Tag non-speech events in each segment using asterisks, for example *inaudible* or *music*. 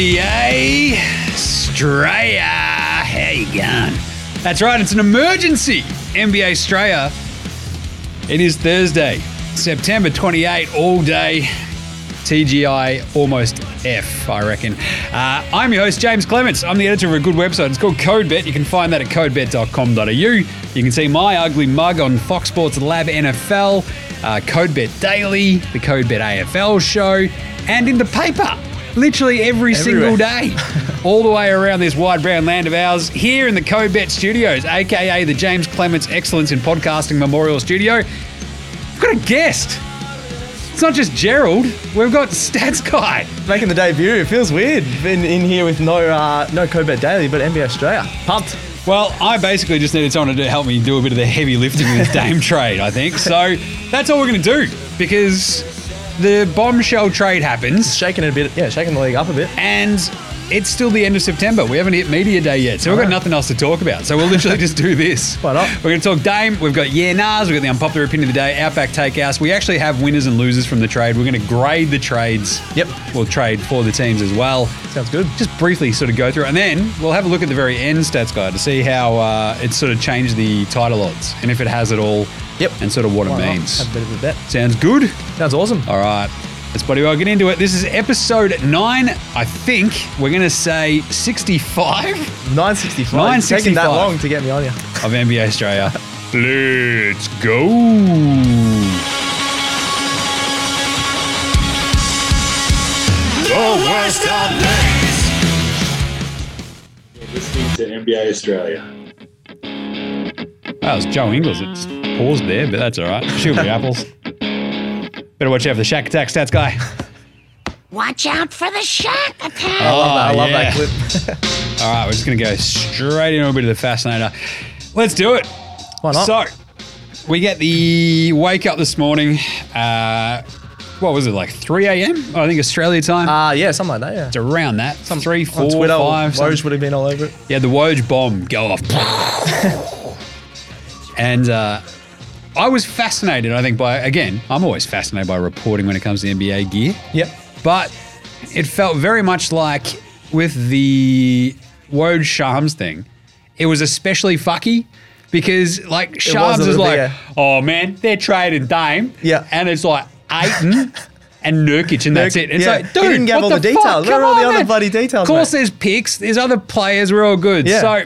Hey, Straya, how you going? That's right, it's an emergency NBA Straya. It is Thursday, September 28, all day. TGI almost F, I reckon. Uh, I'm your host, James Clements. I'm the editor of a good website. It's called CodeBet. You can find that at codebet.com.au. You can see my ugly mug on Fox Sports Lab NFL, uh, CodeBet Daily, the CodeBet AFL show, and in the paper literally every single Everywhere. day, all the way around this wide brown land of ours, here in the CodeBet Studios, aka the James Clements Excellence in Podcasting Memorial Studio. We've got a guest. It's not just Gerald. We've got Stats Guy. Making the debut, it feels weird in, in here with no uh, no Cobet Daily, but NBA Australia. Pumped. Well, I basically just needed someone to do- help me do a bit of the heavy lifting *laughs* with Dame trade, I think. So that's all we're going to do because the bombshell trade happens Shaking it a bit, yeah, shaking the league up a bit. and it's still the end of September. We haven't hit media day yet, so we've got Alright. nothing else to talk about. So we'll literally just do *laughs* this. Why not? We're going to talk Dame. We've got Yeah Nas. We've got the unpopular opinion of the day, Outback Takeouts. We actually have winners and losers from the trade. We're going to grade the trades. Yep. We'll trade for the teams as well. Sounds good. Just briefly sort of go through it. And then we'll have a look at the very end stats guide to see how uh, it's sort of changed the title odds and if it has at all. Yep. And sort of what it Why not? means. Oh. Have a bit of a bet. Sounds good. Sounds awesome. All right. Let's bloody well get into it. This is episode nine, I think. We're going to say 65 965. It's Taking that 965. long to get me on you. of NBA Australia. Let's go. listening to NBA Australia. That was Joe Ingles. It's paused there, but that's all right. She'll be apples. *laughs* Better watch out for the shack attack stats guy. Watch out for the shark attack! I love I love that clip. All right, we're just going to go straight into a bit of the fascinator. Let's do it. Why not? So, we get the wake up this morning. Uh, what was it, like 3 a.m.? I think Australia time. uh, yeah, something like that, yeah. it's around that. Some, three, four, on Twitter, five, Woj something. would have been all over it. Yeah, the Woj bomb go *laughs* off. and uh, I was fascinated, I think, by, again, I'm always fascinated by reporting when it comes to NBA gear. Yep. But it felt very much like with the Woj Shams thing, it was especially fucky because like Shams was a is little like, bit, oh man, they're trading Dame. Yeah. And it's like Aiton and Nurkic and that's it. It's yeah. like, He dude, didn't give what all the, the details. fuck? Where are Come all the on, other man. bloody details, Of course mate? there's picks, there's other players, we're all good. Yeah. So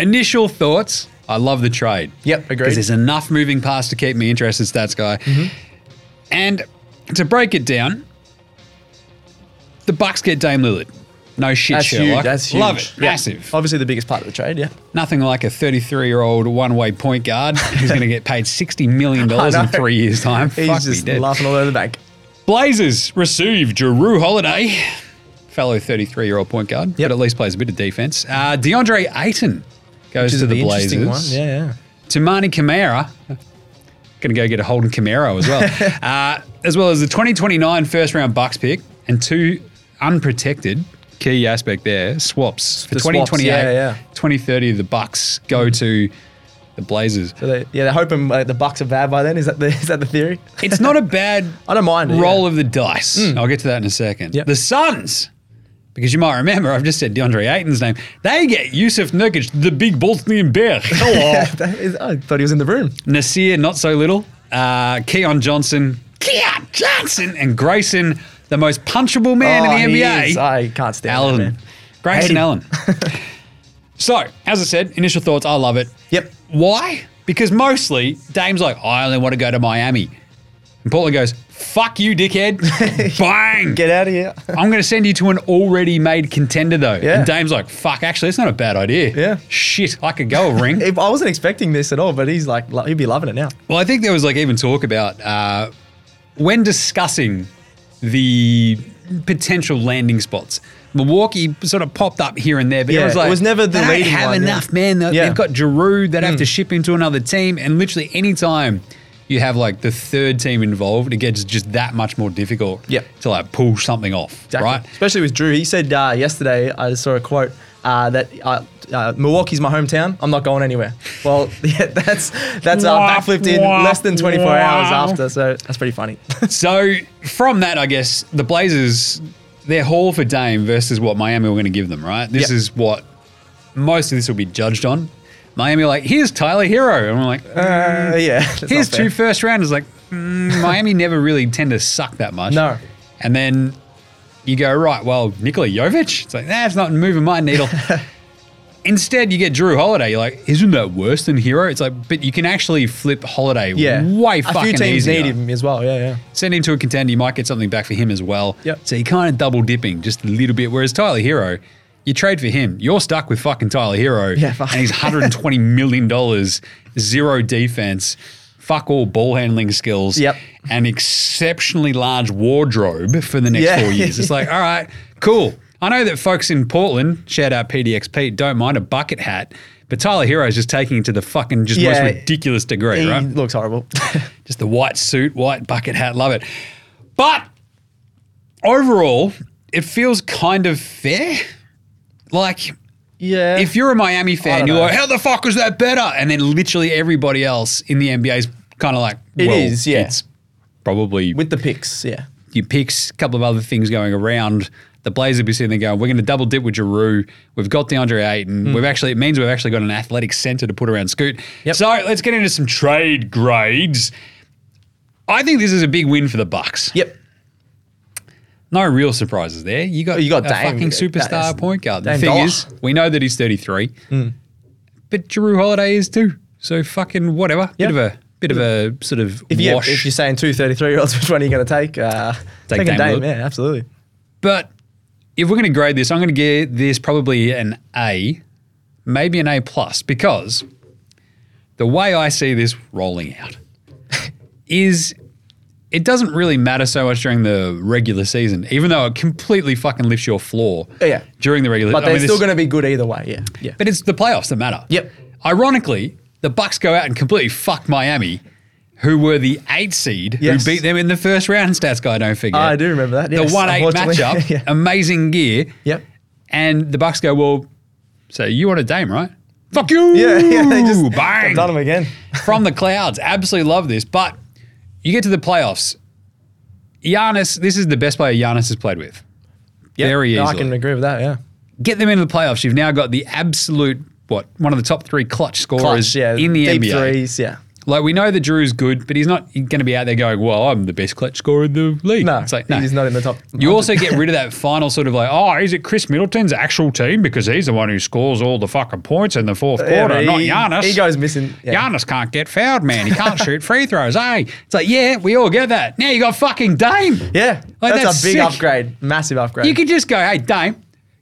initial thoughts. I love the trade. Yep, agreed. Because there's enough moving parts to keep me interested, stats guy. Mm-hmm. And to break it down, the Bucks get Dame Lillard. No shit, That's Sherlock. huge. That's huge. Love it. Yeah. Massive. Obviously, the biggest part of the trade, yeah. Nothing like a 33-year-old one-way point guard who's going to get paid sixty million dollars *laughs* I in know. three years' time. He's Fuck me just dead. laughing all over the bank. Blazers receive Drew Holiday, fellow 33-year-old point guard, but at least plays a bit of defense. Uh, DeAndre Ayton goes Which is to the, the Blazers. interesting one. Yeah, yeah. Tamani Kamara. Going to go get a Holden Camaro as *laughs* well. uh, as well as the 2029 first round Bucks pick and two unprotected key aspect there swaps for The swaps, 2028, yeah, yeah. 2030. The Bucks go to the *laughs* Blazers. So they, yeah, they're hoping uh, the Bucks are bad by then. Is that the, *laughs* is that the theory? It's not a bad I don't mind it, roll yeah. of the dice. I'll get to that in a second. Mm. Yep. The Suns, because you might remember, I've just said DeAndre Ayton's name. They get Yusuf Nurkic, the big Bosnian *laughs* bear. Hello. That is, I thought he was in the room. Nasir, not so little. Uh, Keon Johnson. Keon Johnson! And Grayson, the most punchable man in Oh, the he NBA. is. I can't stand that Allen. man. Grayson Hate him. *laughs* Allen. so, as I said, initial thoughts, I love it. Yep. Why? Because mostly Dame's like, I only want to go to Miami. And Portland goes, fuck you, *laughs* dickhead. Bang! Get out of here. I'm going to send you to an already made contender, though. Yeah. And Dame's like, fuck, actually, that's not a bad idea. Yeah. Shit, I could go a ring. *laughs* If- I wasn't expecting this at all, but he's like, lo- he'd be loving it now. Well, I think there was like even talk about uh, when discussing the potential landing spots. Milwaukee sort of popped up here and there, but it Yeah, was it like was never the they don't leading have one, yeah. enough, man. They- Yeah. Hmm. They've got Giroud that have to ship into another team, and literally any time you have like the third team involved, it gets just that much more difficult Yep. to like pull something off, right? Especially with Drew. He said uh, yesterday, I saw a quote uh, that uh, uh, Milwaukee's my hometown. I'm not going anywhere. Well, *laughs* yeah, that's that's uh, Wah, backflipped in wah, less than 24 wah. *laughs* hours after. So that's pretty funny. So from that, I guess the Blazers their haul for Dame versus what Miami were going to give them, right? This Yep. is what most of this will be judged on. Miami, are like, here's Tyler Hero. And I'm like, *laughs* Uh, yeah. that's not here's fair. two first rounders. Like, *laughs* mm, Miami never really tend to suck that much. No. And then you go, right, well, Nikola Jovic? It's like, that's not moving my *laughs* needle. Instead, you get Drew Holiday. You're like, isn't that worse than Hero? It's like, but you can actually flip Holiday Yeah. way A few fucking teams easier need him as well. Yeah, yeah. send him to a contender, you might get something back for him as well. Yep. So you're kind of double dipping just a little bit. Whereas Tyler Hero, you trade for him, you're stuck with fucking Tyler Hero. Yeah, fuck. And he's *laughs* $120 million, zero defense, fuck all ball handling skills, Yep. an exceptionally large wardrobe for the next Yeah. four years. *laughs* It's like, all right, cool. I know that folks in Portland, shout out PDX Pete, don't mind a bucket hat, but Tyler Hero is just taking it to the fucking just Yeah. most ridiculous degree, He right? looks horrible. *laughs* Just the white suit, white bucket hat. Love it. But overall, it feels kind of fair. Like, yeah. if you're a Miami fan, don't you're know. like, how the fuck was that better? And then literally everybody else in the NBA is kind of like, It well, is, yeah. It's probably with the picks, yeah. your picks, a couple of other things going around. The Blazers will be sitting there going, we're going to double dip with Giroux. We've got DeAndre Ayton. Hmm. We've actually, it means we've actually got an athletic center to put around Scoot. Yep. So let's get into some trade grades. I think this is a big win for the Bucks. Yep. No real surprises there. You got You got a Dame. fucking That's- superstar point guard. The Dame thing Dollar. is, we know that he's 33, Hmm. but Giroux Holiday is too. So fucking whatever. Yep. Bit of a bit of a sort of If, you, wash. if you're saying two 33 year olds, *laughs* which one are you going to take? Uh, Take taking Dame Lillard. yeah, absolutely. But if we're going to grade this, I'm going to give this probably an A, maybe an A plus, because the way I see this rolling out is it doesn't really matter so much during the regular season, even though it completely fucking lifts your floor Yeah. during the regular. But I they're mean, still this- going to be good either way. Yeah, yeah. But it's the playoffs that matter. Yep. Ironically, the Bucks go out and completely fuck Miami. Who were the eight seed Yes. who beat them in the first round? Stats guy, don't forget. I do remember that, yes, the one eight unfortunately. matchup, *laughs* Yeah. amazing gear. Yep. And the Bucks go, well, so you want a Dame, right? Fuck you! Yeah, *laughs* yeah. They *laughs* just bang done them again. from the clouds. Absolutely love this. But you get to the playoffs. Giannis, this is the best player Giannis has played with. Very No, easily. I can agree with that. Yeah. Get them into the playoffs. You've now got the absolute what one of the top three clutch scorers Clutch, yeah. in the deep NBA. threes. Yeah. Like we know that Drew's good, but he's not going to be out there going, "Well, I'm the best clutch scorer in the league." No, it's like no. he's not in the top. You also get rid of that final sort of like, oh, is it Chris Middleton's actual team because he's the one who scores all the fucking points in the fourth Yeah, quarter, but not he- Giannis. he goes missing, yeah. Giannis can't get fouled, man. He *laughs* can't shoot free throws. Hey, it's like, yeah, we all get that. Now you got fucking Dame. Yeah, Like, that's, that's a big sick. upgrade, massive upgrade. You could just go, hey, Dame,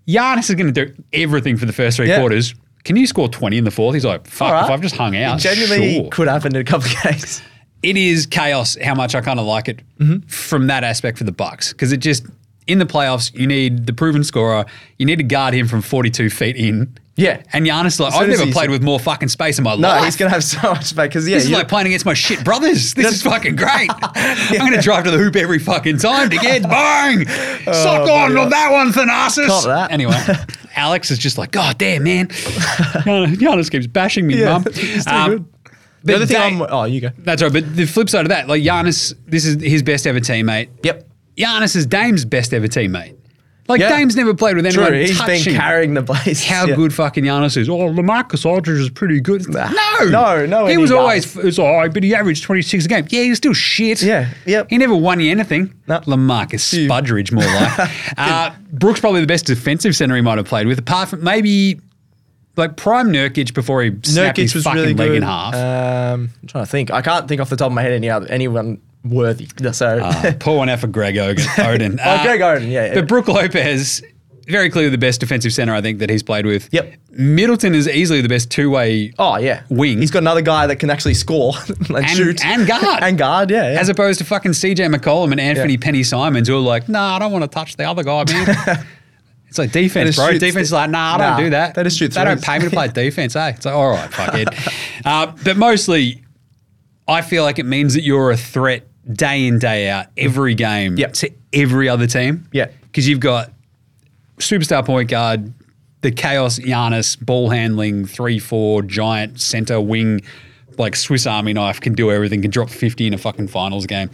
Giannis is going to do everything for the first three Yeah. quarters. Can you score 20 in the fourth? He's like, fuck, All right. if I've just hung out. It genuinely sure. could happen in a couple of *laughs* games. it is chaos how much I kind of like it Mm-hmm. from that aspect for the Bucks because it just in the playoffs you need the proven scorer, you need to guard him from 42 feet in. Yeah. and Giannis like As soon I've as never he's- played with more fucking space in my No, life. he's gonna have so much back because yeah, this is you- like playing against my shit brothers. This is fucking *laughs* great. I'm going to drive to the hoop every fucking time to get bang. Oh Sock on on that one, Thanasis. Cop that. *laughs* Anyway, Alex is just like, God damn, man. Giannis keeps bashing me, Yeah, mum. he's too Um, good. but the other thing they- I'm oh you go that's right. But the flip side of that, like Giannis, this is his best ever teammate. yep Giannis is Dame's best ever teammate. Like Yeah. Dame's never played with true anyone he's touching. been carrying the place how yeah. good fucking Giannis is. Oh, Lamarcus Aldridge is pretty good. Nah. No, No, no, He he was does. always it's all right, but he averaged twenty six a game. Yeah, he was still shit. Yeah, yep. He never won you anything. No. Lamarcus You- Spudridge, more *laughs* like. uh, Brooks probably the best defensive center he might have played with, apart from maybe like prime Nurkic before he snapped his Nurkic was fucking really leg good in half. um I'm trying to think I can't think off the top of my head any other anyone worthy *laughs* so Uh, Pour one out for Greg *laughs* Oden. Oden. Uh, Oh, Greg Oden, yeah, yeah. But Brooke Lopez, very clearly the best defensive center I think that he's played with. Yep. Middleton is easily the best two way. oh yeah wing. he's got another guy that can actually score *laughs* and, shoot and guard. and guard yeah, yeah. As opposed to fucking CJ McCollum and Anthony Penny Simons, who are like, nah, I don't want to touch the other guy, *laughs* man. it's like defense, just bro. shoot- Defense is like, nah, I Nah, don't do that. they just shoot They don't threes. pay me to *laughs* play defense, eh? It's like, all right, fuck it. Uh, but mostly, I feel like it means that you're a threat day in, day out, every game Yep. to every other team. Yeah. Because you've got superstar point guard, the chaos Giannis, ball handling, 3 4, giant center wing, like Swiss Army knife, can do everything, can drop 50 in a fucking finals game.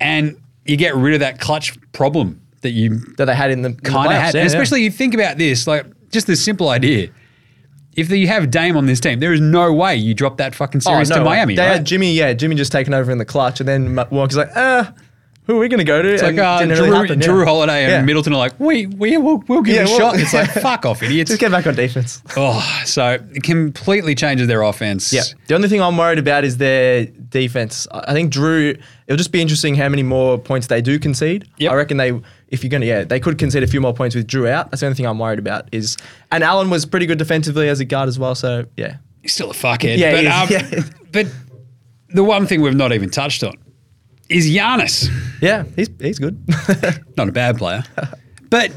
And you get rid of that clutch problem that you that they had in the in the kind of playoffs, had. yeah, and yeah. especially you think about this, like just the simple idea. If you have Dame on this team, there is no way you drop that fucking Oh, series no to way. Miami. They right? had Jimmy, yeah, Jimmy just taking over in the clutch, and then Ma- Walker's like, uh, who are we gonna go to? it's like uh, Drew, Drew Holiday and Middleton are like, we we will we'll give Yeah, it a we'll- shot. *laughs* It's like fuck off, idiots. Just get back on defense. oh, so it completely changes their offense. Yeah. The only thing I'm worried about is their defense. I I think Drew. It'll just be interesting how many more points they do concede. Yep. I reckon they, if you're gonna, yeah, they could concede a few more points with Drew out. That's the only thing I'm worried about. Is and Allen was pretty good defensively as a guard as well. So yeah, He's still a fuckhead. Yeah, he but, is, um, *laughs* but the one thing we've not even touched on is Giannis. yeah, he's he's good. Not a bad player. *laughs* But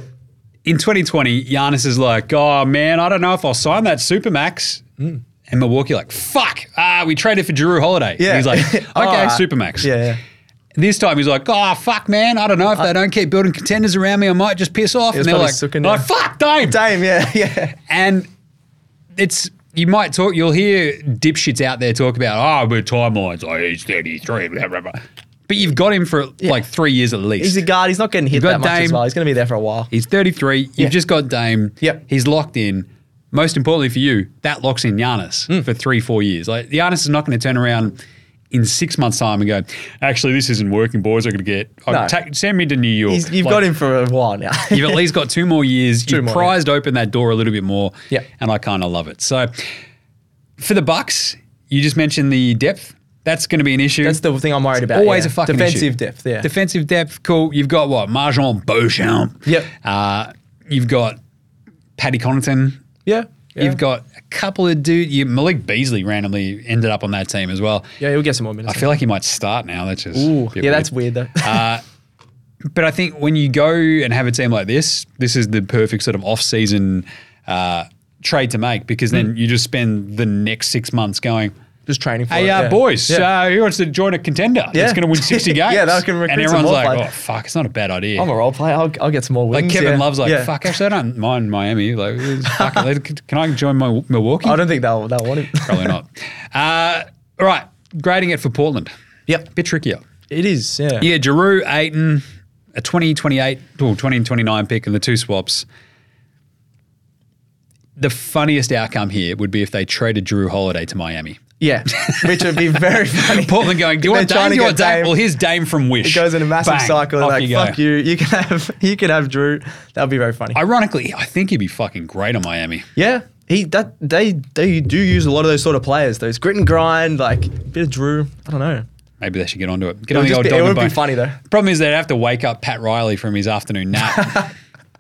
in 2020, Giannis is like, oh man, I don't know if I'll sign that Supermax. Mm. And Milwaukee, like, fuck, ah, we traded for Drew Holiday. And *laughs* He's *laughs* like, okay, Alright. Supermax. Ah, Yeah, yeah. This time he's like, oh, fuck, man, I don't know. If they don't keep building contenders around me, I might just piss off. He And was they're like, probably oh, sooking fuck, Dame. Dame, yeah, *laughs* yeah. And it's you might talk, you'll hear dipshits out there talk about, oh, but timelines, oh, he's 33, blah, blah, blah. But you've got him for like three years at least. He's a guard. He's not getting You've hit got that much as Dame. well. He's going to be there for a while. He's 33. You've Yeah. just got Dame. Yep. He's locked in. Most importantly for you, that locks in Giannis Hmm. for three, four years. Like Giannis is not going to turn around in six months' time and go, actually, this isn't working, boys. I'm going to get No. I'll ta- send me to New York. He's, you've Like, got him for a while now. You've at least got two more years. Two you've more, prized open that door a little bit more. Yep. And I kind of love it. So for the Bucks, you just mentioned the depth. That's going to be an issue. *laughs* That's the thing I'm worried about. Always yeah. a fucking defensive issue. depth. Yeah, Defensive depth, cool. You've got what? Marjon Beauchamp. Yep. Uh, you've got Paddy Connaughton. yeah. yeah. You've got a couple of dude. You, Malik Beasley randomly ended up on that team as well. yeah. He'll get some more minutes. I feel like he might start now. That's just a Ooh, yeah, bit that's weird though. *laughs* But I think when you go and have a team like this, this is the perfect sort of off-season uh, trade to make because then Mm. you just spend the next six months going. Just training for Hey, it. uh, yeah. boys, Yeah. uh, who wants to join a contender It's Yeah. that's going *laughs* to win 60 games? Yeah, that can recruit And some everyone's more like, players. oh, fuck, it's not a bad idea. I'm a role player. I'll, I'll get some more wins. like Kevin yeah. Love's like, Yeah. fuck, actually, I don't mind Miami. Like, *laughs* it's fucking- like, can I join my Milwaukee? I don't think they'll, *laughs* they'll want him. Probably not. Uh, all right, grading it for Portland. yep. Bit trickier. It is. Yeah. Yeah, Giroux, Aiton, a 20, 28, well, 20 and 29 pick and the two swaps. The funniest outcome here would be if they traded Drew Holiday to *laughs* Miami. *laughs* Yeah. Which would be *laughs* very funny. Portland going, do you want They're trying Dame? Do to you want get Dame? Dame. Well, here's Dame from Wish. It *laughs* goes in a massive Bang, cycle. off Like, you go. fuck you. You can have *laughs* you can have Drew. That would be very funny. Ironically, I think he'd be fucking great on Miami. yeah. He that they they do use a lot of those sort of players. Those grit and grind, like a bit of Drew. I don't know. Maybe they should get onto it. Get It on would, the just old be, dog it and would be bone. funny though. Problem is, they'd have to wake up Pat Riley from his afternoon *laughs* nap.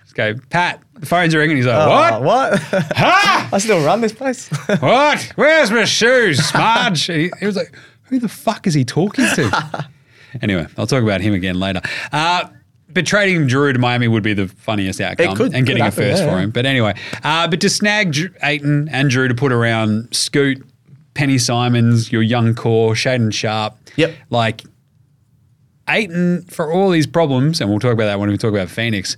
Just go, Pat, the phone's ringing. He's like, Oh, what? what? *laughs* Huh? I still run this *laughs* place. What? Where's my *laughs* shoes, Marge? And he, he was like, who the fuck is he talking to? *laughs* anyway, I'll talk about him again later. Uh, but trading Drew to Miami would be the funniest outcome could- and getting could a happen, first yeah, for yeah. him. But anyway, uh, but to snag Dr- Aiton and Drew to put around Scoot, Penny Simons, your young core, Shaden Sharp. Yep. Like, Aiton, for all these problems, and we'll talk about that when we talk about Phoenix,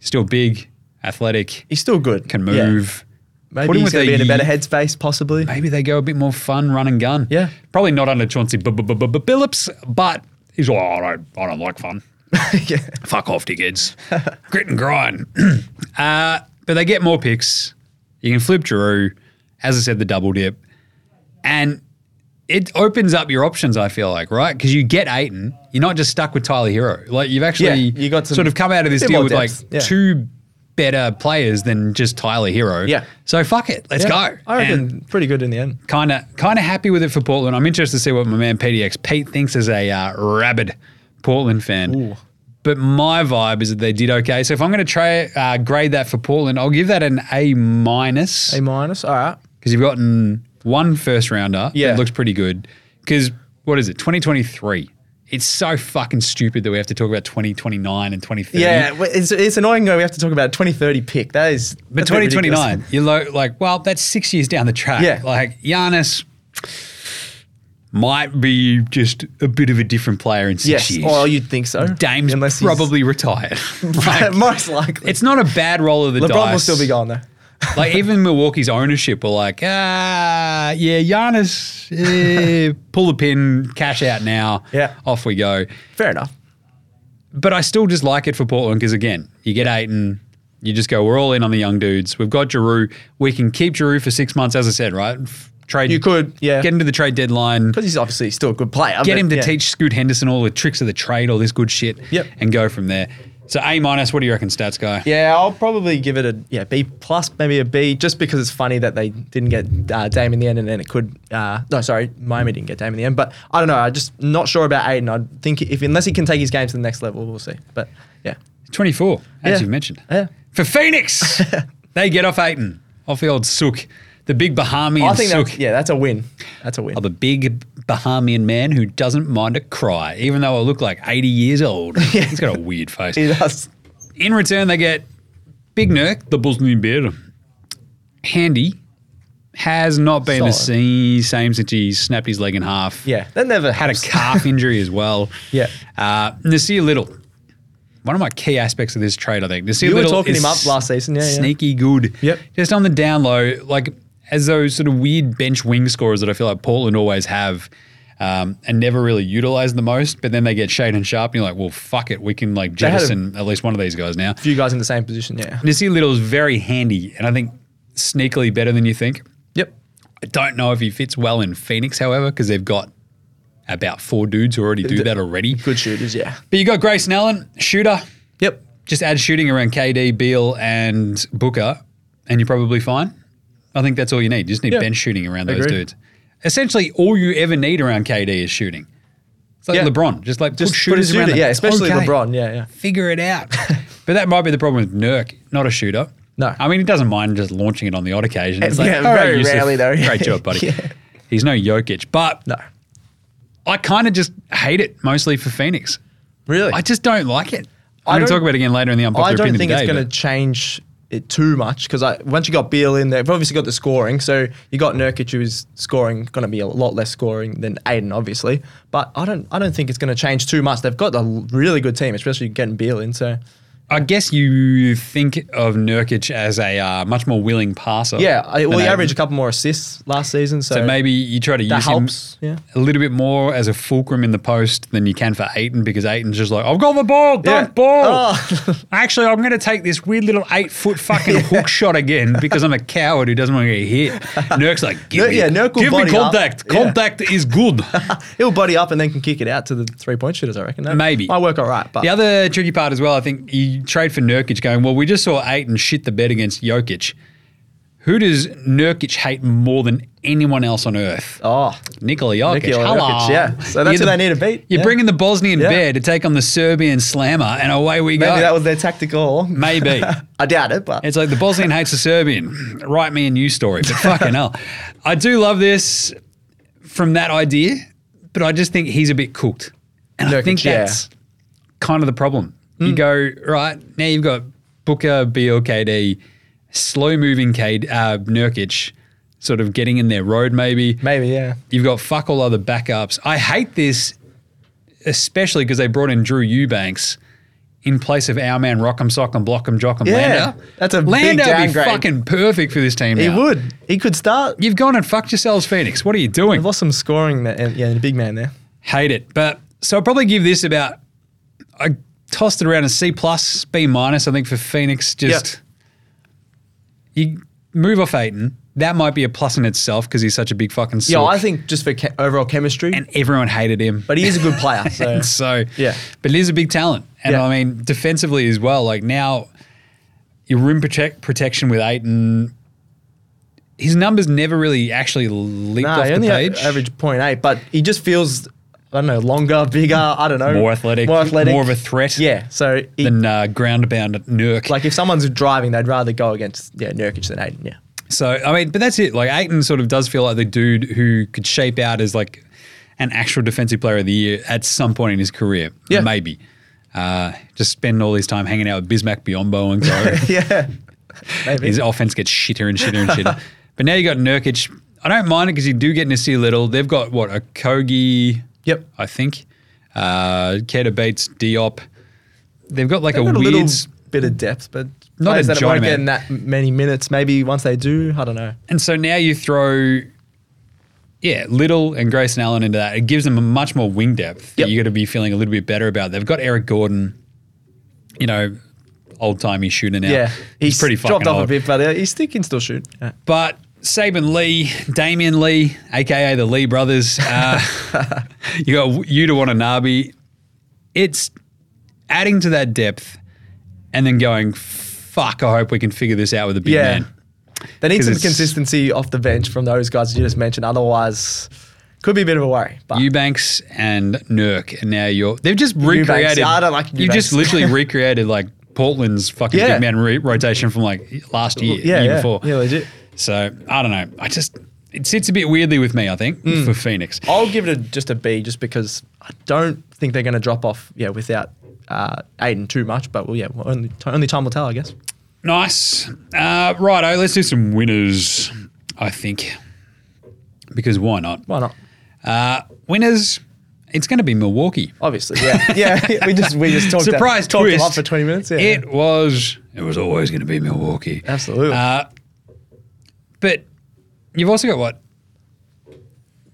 still big, athletic, he's still good. can Yeah. move. Put Maybe him he's with going a to be in a ye- better headspace, possibly. maybe they go a bit more fun run and gun. Yeah. Probably not under Chauncey B- B- B- B- Billups, but he's like, oh, I don't, I don't like fun. *laughs* yeah. Fuck off, dickheads. *laughs* Grit and grind. *clears throat* uh, but they get more picks. You can flip Drew. As I said, the double dip. And it opens up your options, I feel like, right? Because you get Aiton. You're not just stuck with Tyler Hero. Like, you've actually Yeah, you got some- sort of come out of this bit deal more with depth, like yeah. two better players than just Tyler Hero. Yeah. So fuck it. Let's Yeah. go. I reckon And- pretty good in the end. kind of kind of happy with it for Portland. I'm interested to see what my man PDX Pete thinks as a uh, rabid Portland fan. Ooh. But my vibe is that they did okay. So if I'm going to try uh, grade that for Portland, I'll give that an A minus A minus. All right. because you've gotten one first rounder. Yeah. it looks pretty good. Because what is it? 2023. It's so fucking stupid that we have to talk about 2029 and 2030. Yeah, well, it's, it's annoying though. We have to talk about 2030 pick. That is. But that's a bit 2029, ridiculous. you're lo- like, well, that's six years down the track. Yeah. Like, Giannis might be just a bit of a different player in six Yes. years. Or you'd think so. Dame's Unless he's- *laughs* probably retired. *laughs* Like, Most likely. it's not a bad roll of the LeBron dice. will still be gone though. *laughs* like, even Milwaukee's ownership were like, ah, yeah, Giannis, eh, pull the pin, cash out now. Yeah. Off we go. Fair enough. but I still just like it for Portland because again, you get Aiton, you just go, we're all in on the young dudes. We've got Giroux. We can keep Giroux for six months, as I said, right? F- Trade. You could, yeah. Get into the trade deadline. Because he's obviously still a good player. Get but him to yeah. teach Scoot Henderson all the tricks of the trade, all this good shit, Yep. and go from there. So A minus. What do you reckon, stats guy? Yeah, I'll probably give it a yeah B plus, maybe a B, just because it's funny that they didn't get uh, Dame in the end, and then it could uh, no, sorry, Miami didn't get Dame in the end. But I don't know. I'm just not sure about Aiden. I think if unless he can take his game to the next level, we'll see. But yeah, Twenty-four, as Yeah. you mentioned. Yeah. For *laughs* Phoenix, they get off Aiton, off the old Sook, the big Bahamian I think Sook. that's yeah, that's a win. That's a win. of a big Bahamian man who doesn't mind a cry, even though I look like 80 years old. *laughs* He's got a weird face. He does. In return, they get Big Nurk, the Bosnian beard. Handy has not been the Solid. same, same since he snapped his leg in half. Yeah, that never Had a helps. calf injury as well. *laughs* Yeah. Uh, Nasir Little. One of my key aspects of this trade, I think. Nasir You were Little talking is him up last season, yeah, yeah. Sneaky good. Yep. Just on the down low, like as those sort of weird bench wing scorers that I feel like Portland always have um, and never really utilize the most, but then they get Shade and Sharp, and you're like, well, fuck it. We can like had a- jettison at least one of these guys now. few guys in the same position. Yeah. Nasir Little is very handy and I think sneakily better than you think. Yep. I don't know if he fits well in Phoenix, however, because they've got about four dudes who already do The- that already. Good shooters. Yeah. But you got Grayson Allen, shooter. Yep. Just add shooting around KD, Beal, and Booker, and you're probably fine. I think that's all you need. You just need Yeah. bench shooting around those Agreed. dudes. Essentially, all you ever need around KD is shooting. It's like Yeah. LeBron. Just like Just put put a shooters around. shooter. them. Yeah, especially Okay. LeBron. Yeah, yeah. Figure it out. *laughs* but that might be the problem with Nurk, not a shooter. No. I mean, he doesn't mind just launching it on the odd occasion. It's like, Yeah, all right, very Yusuf, rarely, though. Great job, buddy. *laughs* Yeah. He's no Jokic. But No. I kind of just hate it mostly for Phoenix. Really. I just don't like it. I I'm going to don't- talk about it again later in the unpopular I don't opinion think of the it's day, going to but change it too much because I once you got Beal in there, you've obviously got the scoring. So you got Nurkic who's scoring going to be a lot less scoring than Aiden, obviously. But I don't I don't think it's going to change too much. They've got a l- really good team, especially getting Beal in. So I guess you think of Nurkic as a uh, much more willing passer. yeah, I, than well, he Aiden. averaged a couple more assists last season. So, So maybe you try to that use helps. him Yeah. a little bit more as a fulcrum in the post than you can for Aiton because Aiton's just like, I've got the ball, dunk Yeah. ball. Oh. *laughs* Actually, I'm going to take this weird little eight foot *laughs* fucking hook shot again because I'm a coward who doesn't want to get hit. Nurk's like, give Nur- me, yeah, Nurk will give me body up. contact. Yeah. Contact is *laughs* good. He'll body up and then can kick it out to the three point shooters. I reckon. That Maybe. might work all right. But The other tricky part as well, I think you trade for Nurkic going, well, we just saw Aiton shit the bed against Jokic. Who does Nurkic hate more than anyone else on earth? oh, Nikola Jokic. Nikola Hello. Jokic, yeah. So that's You're who they need to beat, You're yeah. bringing the Bosnian Yeah. bear to take on the Serbian slammer, and away we maybe go. that was their tactical. all along. *laughs* Maybe. I doubt it, but It's like the Bosnian hates the Serbian. Write me a new story, but fucking hell. I do love this from that idea, but I just think he's a bit cooked. And I Nurkic, think yeah. Mm. that's kind of the problem. You go, right, now you've got Booker, BLKD, slow moving KD, uh, Nurkic sort of getting in their road maybe. maybe yeah. You've got fuck all other backups. I hate this, especially because they brought in Drew Eubanks in place of our man Rock'em Sock'em Block'em Jock'em Yeah, Lander. that's a big Lander would be downgrade. fucking perfect for this team. He now. would. He could start. You've gone and fucked yourselves, Phoenix. What are you They've doing? lost some scoring there, and, yeah, and a big man there. Hate it. But so I'll probably give this about. I tossed it around a C plus, B minus. I think for Phoenix, just you move off Aiton. That might be a plus in itself because he's such a big fucking. Yeah, sook, I think just for ke- overall chemistry, and everyone hated him. but he is a good player. *laughs* So. And *laughs* so, Yeah. But he's a big talent. And Yeah. I mean, defensively as well, like now your rim protect, protection with Aiton, his numbers never really actually leaped Nah, off he the only page. a- averaged 0.8, but he just feels, I don't know, longer, bigger, I don't know. More athletic, More athletic. more of a threat Yeah, so he, than uh, ground bound at Nurk. like if someone's driving, they'd rather go against yeah Nurkic than Aiden. Yeah. so, I mean, but that's it. Like Aiton sort of does feel like the dude who could shape out as like an actual defensive player of the year at some point in his career. Yeah. Maybe. Uh, just spend all his time hanging out with Bismack Biombo *laughs* and go. *laughs* Yeah. Maybe. his offense gets shitter and shitter and *laughs* shitter. but now you got Nurkic. I don't mind it because you do get Nasir Little. They've got what a Kogi, Yep. I think. Uh, Keta Bates, Diop. They've got like a Got a weird. little s- bit of depth, but Not players a that won't giant get in that many minutes. Maybe once they do, I don't know. and so now you throw, yeah, Little and Grayson Allen into that. It gives them a much more wing depth. that Yep. You got to be feeling a little bit better about. They've got Eric Gordon. you know, old timey shooter now. Yeah, he's, pretty fucking dropped off old. a bit, but uh, he still can still shoot. Uh, Yeah. But Saban Lee, Damian Lee, aka the Lee brothers, *laughs* uh, you got Yuta Watanabe. It's adding to that depth, and then going, "Fuck! I hope we can figure this out with a big Yeah. man." They need 'Cause some it's- consistency off the bench from those guys you just mentioned. Otherwise, could be a bit of a worry. But Eubanks and Nurk, and now you're they've just Eubanks. recreated. I don't like You've just Eubanks. literally *laughs* recreated like Portland's fucking Yeah. big man re- rotation from like last year, yeah, year yeah, before. yeah, legit. So I don't know. I just it sits a bit weirdly with me. I think Hmm. for Phoenix. I'll give it a, just a B, just because I don't think they're going to drop off. Yeah, without uh, Aiden too much. But well, yeah, well, only only time will tell, I guess. Nice. Uh, righto, let's do some winners, I think. Because why not? Why not? Winners, it's going to be Milwaukee. Obviously, *laughs* yeah, yeah. *laughs* We just we just talked that- Surprise talked them up twist. for twenty minutes. Yeah, It was, it was always going to be Milwaukee. absolutely. But you've also got what?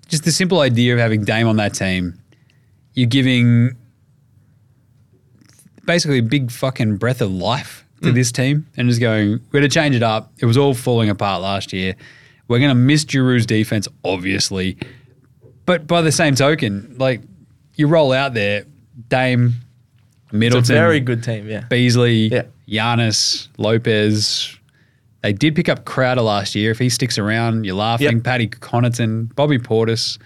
Just the simple idea of having Dame on that team. You're giving basically a big fucking breath of life to Mm. this team and just going, we're going to change it up. It was all falling apart last year. We're going to miss Giroux's defense, obviously. But by the same token, like you roll out there, Dame, Middleton, it's a very good team. Yeah, Beasley, Yeah. Giannis, Lopez. They did pick up Crowder last year. If he sticks around, you're laughing. Yep. Paddy Connaughton, Bobby Portis,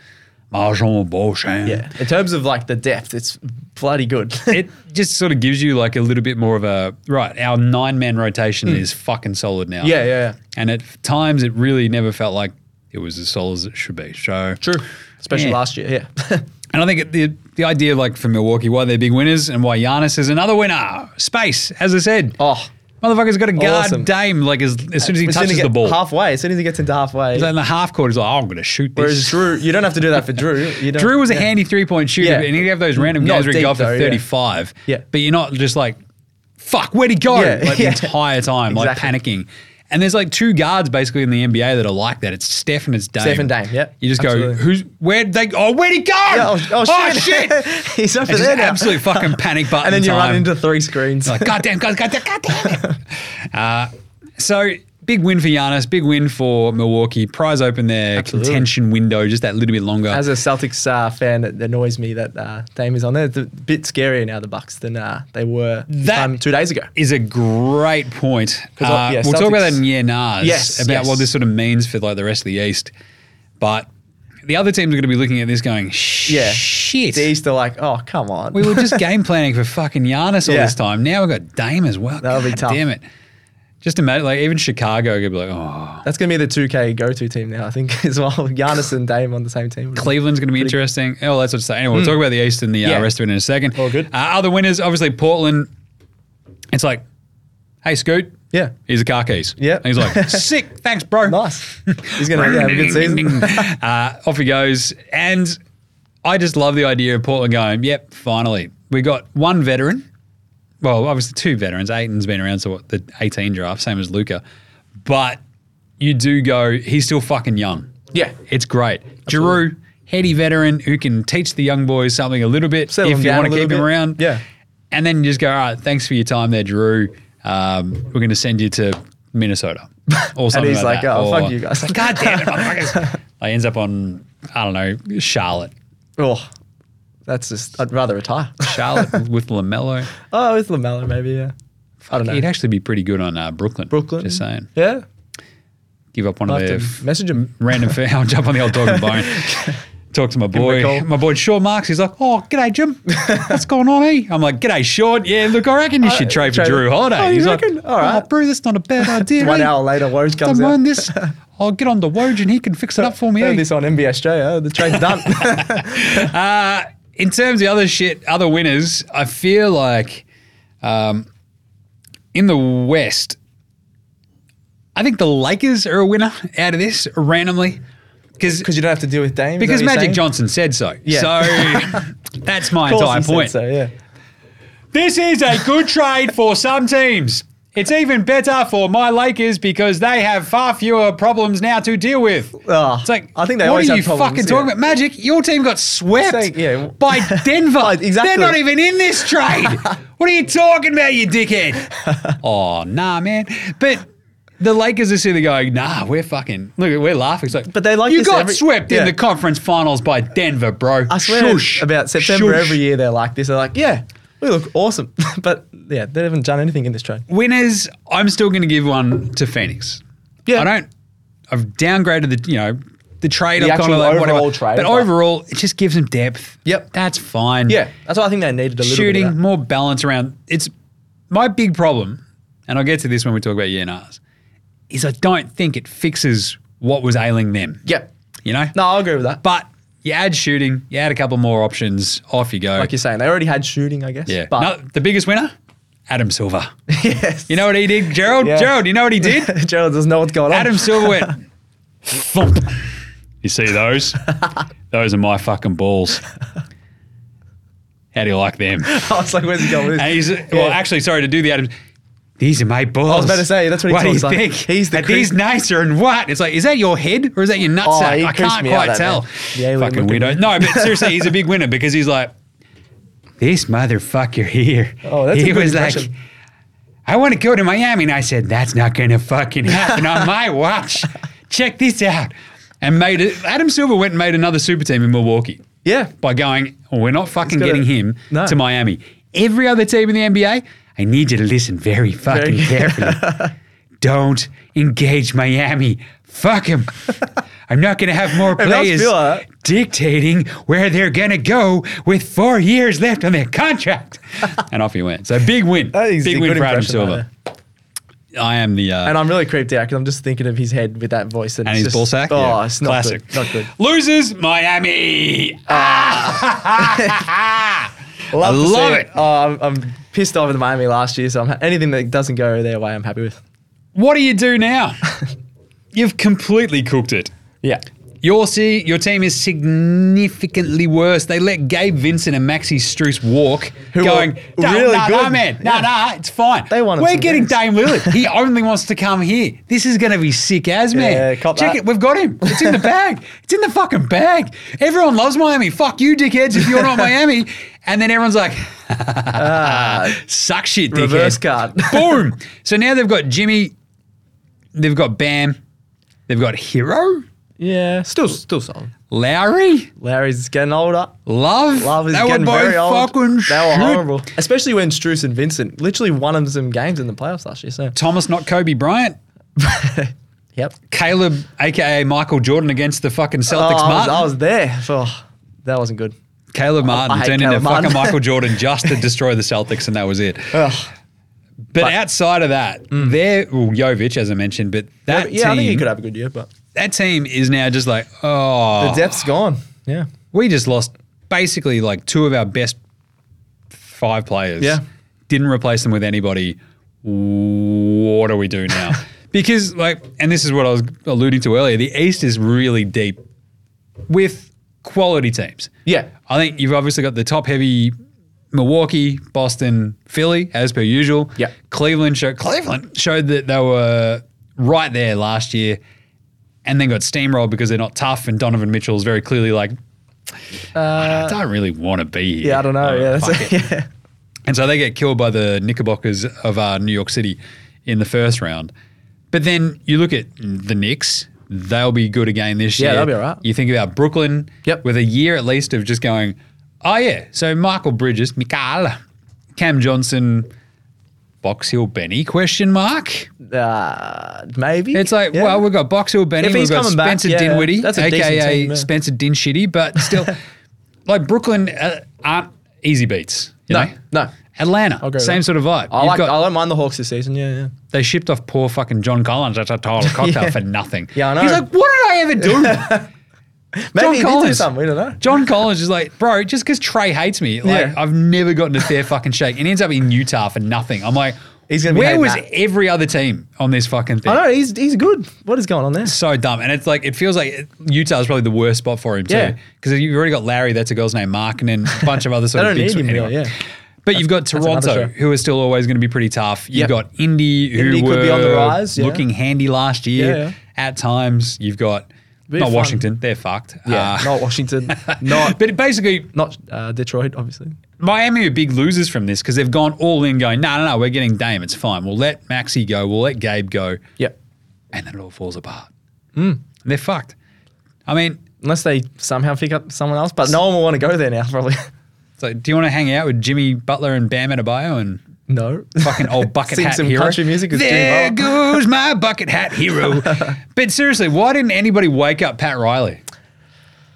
Marjon Beauchamp. yeah. In terms of like the depth, it's bloody good. *laughs* It just sort of gives you like a little bit more of a right. Our nine man rotation is fucking solid now. Hmm. yeah, yeah, yeah. And at times, it really never felt like it was as solid as it should be. So True. Especially Yeah. last year. *laughs* Yeah. And I think it- the the idea like for Milwaukee, why they're big winners and why Giannis is another winner. Space, as I said. oh. Motherfucker's got to guard Awesome. Dame like as, as soon as he As soon as touches he the get ball. Halfway. As soon as he gets into halfway. So in the half court, he's like, oh, I'm going to shoot *laughs* Whereas this. Drew, you don't have to do that for Drew. *laughs* You don't, Drew was a yeah. handy three point shooter, Yeah. and he'd have those random Not games where he'd go deep off for though, yeah. 35. Yeah. But you're not just like, fuck, where'd he go? Yeah, Like *laughs* yeah. the entire time, like Exactly. panicking. And there's like two guards basically in the NBA that are like that. It's Steph and it's Dame. Steph and Dame, yep. You just go, Absolutely. who's, where'd they, oh, where'd he go? *laughs* Yeah, oh, oh, *laughs* shit. shit. He's up It's there just now. absolute fucking panic button. *laughs* And then you time. run into three screens. Like, goddamn, god, goddamn, goddamn. it. *laughs* Uh, so big win for Giannis, big win for Milwaukee. Prize open their Absolutely. contention window just that little bit longer. As a Celtics uh, fan, it annoys me that uh, Dame is on there. It's a bit scarier now, the Bucks, than uh, they were this That- time two days ago. is a great point. 'Cause, uh, Uh, yeah, we'll talk about that Celtics- in year Nas Yes, about what yes. this sort of means for like the rest of the East. But the other teams are going to be looking at this going, Yeah. shit. The East are like, oh, come *laughs* on. we were just game planning for fucking Giannis all Yeah. this time. Now we've got Dame as well. That'll be God tough. Damn it. Just imagine, like even Chicago could be like, oh, That's going to be the 2K go to team now, I think, *laughs* as well. Giannis and Dame on the same team. Cleveland's going to be interesting. Oh, that's what to say. Anyway, we'll talk about the East and the uh, Hmm. Yeah. rest of it in a second. All good. Uh, other winners, obviously Portland. It's like, hey, Scoot. Yeah. He's a car keys. Yep. And he's *laughs* like, sick. Thanks, bro. Nice. He's going to have a good season. *laughs* uh, off he goes. And I just love the idea of Portland going, yep, finally. We got one veteran. Well, obviously two veterans. Aiton's been around to what, the 18 draft, same as Luca. But you do go, he's still fucking young. yeah. It's great. Giroux, heady veteran who can teach the young boys something a little bit *laughs* Settle if him you down want a to little keep him bit. around. Yeah. And then you just go, all right, thanks for your time there, Giroux. Um, we're going to send you to Minnesota *laughs* or something he's like, that. "Oh, Or- fuck you guys." *laughs* God *laughs* damn it, motherfuckers. like, ends up on, I don't know, Charlotte. Oh, that's just, I'd rather retire. *laughs* Charlotte with LaMelo. oh, with LaMelo, maybe, yeah. I don't know. He'd actually be pretty good on uh, Brooklyn. Brooklyn. Just saying. Yeah. Give up one I'll of their have f- to message him. random fan. *laughs* I'll jump on the old dog and *laughs* bone. Talk to my a boy, call. my boy Shaw Marks. He's like, "Oh, g'day Jim, *laughs* what's going on, eh?" I'm like, "G'day Sean, yeah. Look, I reckon you should trade for trade- Drew Holiday." Oh, you he's reckon? like, All right. "Oh, bro, that's not a *laughs* bad idea." One eh? hour later, Woj Don't comes out. mind this. *laughs* I'll get on to Woj and he can fix it up for me. Turn eh?" this on NBA Australia. Oh, The trade's done. *laughs* in terms of other shit, other winners, I feel like um, in the West, I think the Lakers are a winner out of this randomly because Because you don't have to deal with Dame. is that because what you're Magic saying? Johnson said so. Yeah. *laughs* So that's my Of course entire he said point. So, yeah. This is a good trade for some teams. It's even better for my Lakers because they have far fewer problems now to deal with. Ah, it's like I think they what always are have you problems, fucking talking yeah. about? Magic, your team got swept Saying- yeah. *laughs* by Denver. Oh, exactly. They're not even in this *laughs* trade. what are you talking about, you dickhead? oh nah, man. But the Lakers are sitting there going, nah, we're fucking look, we're laughing. It's like, But they like you this got every- swept in yeah. the conference finals by Denver, bro. I swear Shush. about September Shush. every year they're like this. They're like, yeah, we look awesome. *laughs* but yeah, they haven't done anything in this trade. winners, I'm still going to give one to Phoenix. Yeah. I don't. I've downgraded the you know the trade. The I've kind actual of like overall whatever. trade, but but- overall, it just gives them depth. Yep. that's fine. Yeah, that's why I think they needed a little shooting Bit of that. more balance around. It's my big problem, and I'll get to this when we talk about Yenars, is I don't think it fixes what was ailing them. Yep. you know. No, I agree with that. But but you add shooting, you add a couple more options, off you go. like you're saying, they already had shooting, I guess. yeah, But no, the biggest winner, Adam Silver. *laughs* yes. You know what he did, Gerald? *laughs* Yeah. Gerald, you know what he did? *laughs* Gerald doesn't know what's going on. Adam Silver went thump. You see those? those are my fucking balls. How do you like them? *laughs* I was like, where's he going with And this? he's well, actually, sorry to do the Adams. These are my balls. I was about to say, that's what he What do you talks like. think? He's the Are these creep- nicer and what? It's like, is that your head or is that your Oh, nutsack? he I creeps can't me out, quite that tell. man. The alien Fucking looking- weirdo. No, but seriously, he's a *laughs* big winner because he's like, this motherfucker here. Oh, that's a he good was like. impression. I want to go to Miami. And I said, that's not going to fucking happen on my *laughs* watch. Check this out. And made it. Adam Silver went and made another super team in Milwaukee Yeah. by going, oh, we're not fucking gotta- getting him No. to Miami. Every other team in the NBA, I need you to listen very fucking Very- *laughs* carefully. Don't engage Miami. Fuck *laughs* him. I'm not going to have more does players feel like that. dictating where they're going to go with four years left on their *laughs* contract. and off he went. So big win. That is Big a win good for Adam impression right Silver. I am the. Uh, And I'm really creeped out because I'm just thinking of his head with that voice. And, and his it's just, ball sack. Oh, Yeah. it's not classic. good. Not good. Losers, Miami. Ah. *laughs* *laughs* Love I to see love it. Oh, I'm, I'm pissed off at Miami last year, so I'm, anything that doesn't go their way, I'm happy with. What do you do now? *laughs* You've completely cooked it. Yeah. Your, see, your team is significantly worse. They let Gabe Vincent and Maxi Struess walk, Who going, were no, really no, no, good." man, no, Yeah. no, it's fine. They wanted We're some getting Dame games. Lillard. *laughs* he only wants to come here. This is going to be sick as man. Yeah, cop Check that. it, we've got him. It's *laughs* in the bag. it's in the fucking bag. Everyone loves Miami. Fuck you, dickheads. If you're not *laughs* Miami, and then everyone's like, *laughs* suck shit, dickhead. Ah. Reverse card. *laughs* Boom. So now they've got Jimmy, they've got Bam, they've got Hero, Yeah. Still, still solid. Lowry, Larry's getting older. Love. Love is they getting were both very old. fucking they were shit. horrible, especially when Struess and Vincent literally won them some games in the playoffs last year. So Thomas, not Kobe Bryant. yep, Caleb, aka Michael Jordan, against the fucking oh, Celtics. I, was, Martin. I was there. Oh, that wasn't good. Caleb Martin hate turned into Caleb Martin. Uh, fucking *laughs* Michael Jordan just to destroy the Celtics, and that was it. Ugh. But, outside of that, they're well, Jovic, as I mentioned, but that Hmm. yeah, I think team, he could have a good year, but that team is now just like, oh, the depth's gone. Yeah, we just lost basically like two of our best five players. Yeah. Didn't replace them with anybody. What do we do *laughs* now? because like and this is what I was alluding to earlier, the East is really deep with quality teams. yeah. I think you've obviously got the top heavy Milwaukee, Boston, Philly, as per usual. Yeah. Cleveland showed Cleveland showed that they were right there last year and then got steamrolled because they're not tough and Donovan Mitchell's very clearly like I don't really want to be here. Uh, Yeah, I don't know. Oh, yeah, that's fuck it. *laughs* yeah. And so they get killed by the Knickerbockers of uh, New York City in the first round. But then you look at the Knicks, they'll be good again this Yeah, year. they'll be all right. You think about Brooklyn Yep. with a year at least of just going, oh, yeah. So Michael Bridges, Mikal, Cam Johnson, Box Hill Benny, question mark. Uh, maybe It's like, Yeah. well, we've got Box Hill Benny, If we've he's got coming back, Spencer yeah, Dinwiddie, that's a decent aka team, yeah. Spencer Dinshitty, but *laughs* still, like Brooklyn uh, aren't easy beats. You no, know? no. Atlanta, go with same that. sort of vibe. I You've like. got- I don't mind the Hawks this season. Yeah, yeah. they shipped off poor fucking John Collins at a total cocktail for nothing. *laughs* Yeah, I know. He's like, what did I ever *laughs* do? Maybe he did do Collins. something. We don't know. John Collins is like, bro, just because Trey hates me, like Yeah. I've never gotten a fair fucking shake, and he ends up in Utah for nothing. I'm like, He's gonna be where hating was that. every other team on this fucking thing? I know he's he's good. What is going on there? So dumb, and it's like it feels like Utah is probably the worst spot for him Yeah. too, because you've already got Larry. That's a girl's name, Mark, and then a bunch of other *laughs* They sort of don't big. need him. anyway. Anyway. Yeah, But you've got that's another Toronto, show. who are still always going to be pretty tough. You've Yep. got Indy, who Indy were could be on the rise, yeah. looking handy last year Yeah, yeah. at times. You've got Be not fun. Washington; they're fucked. Yeah, Uh, *laughs* not Washington, not but basically, not uh, Detroit, obviously. Miami are big losers from this because they've gone all in, going, no, no, no, we're getting Dame. It's fine. We'll let Maxi go. We'll let Gabe go, Yep. and then it all falls apart. And they're fucked. I mean, Unless they somehow pick up someone else, but no one will want to go there now, probably. *laughs* so do you want to hang out with Jimmy Butler and Bam Adebayo and no. *laughs* fucking old bucket Sing hat some hero. country music with there Jimmy goes my bucket hat *laughs* hero. but seriously, why didn't anybody wake up Pat Riley?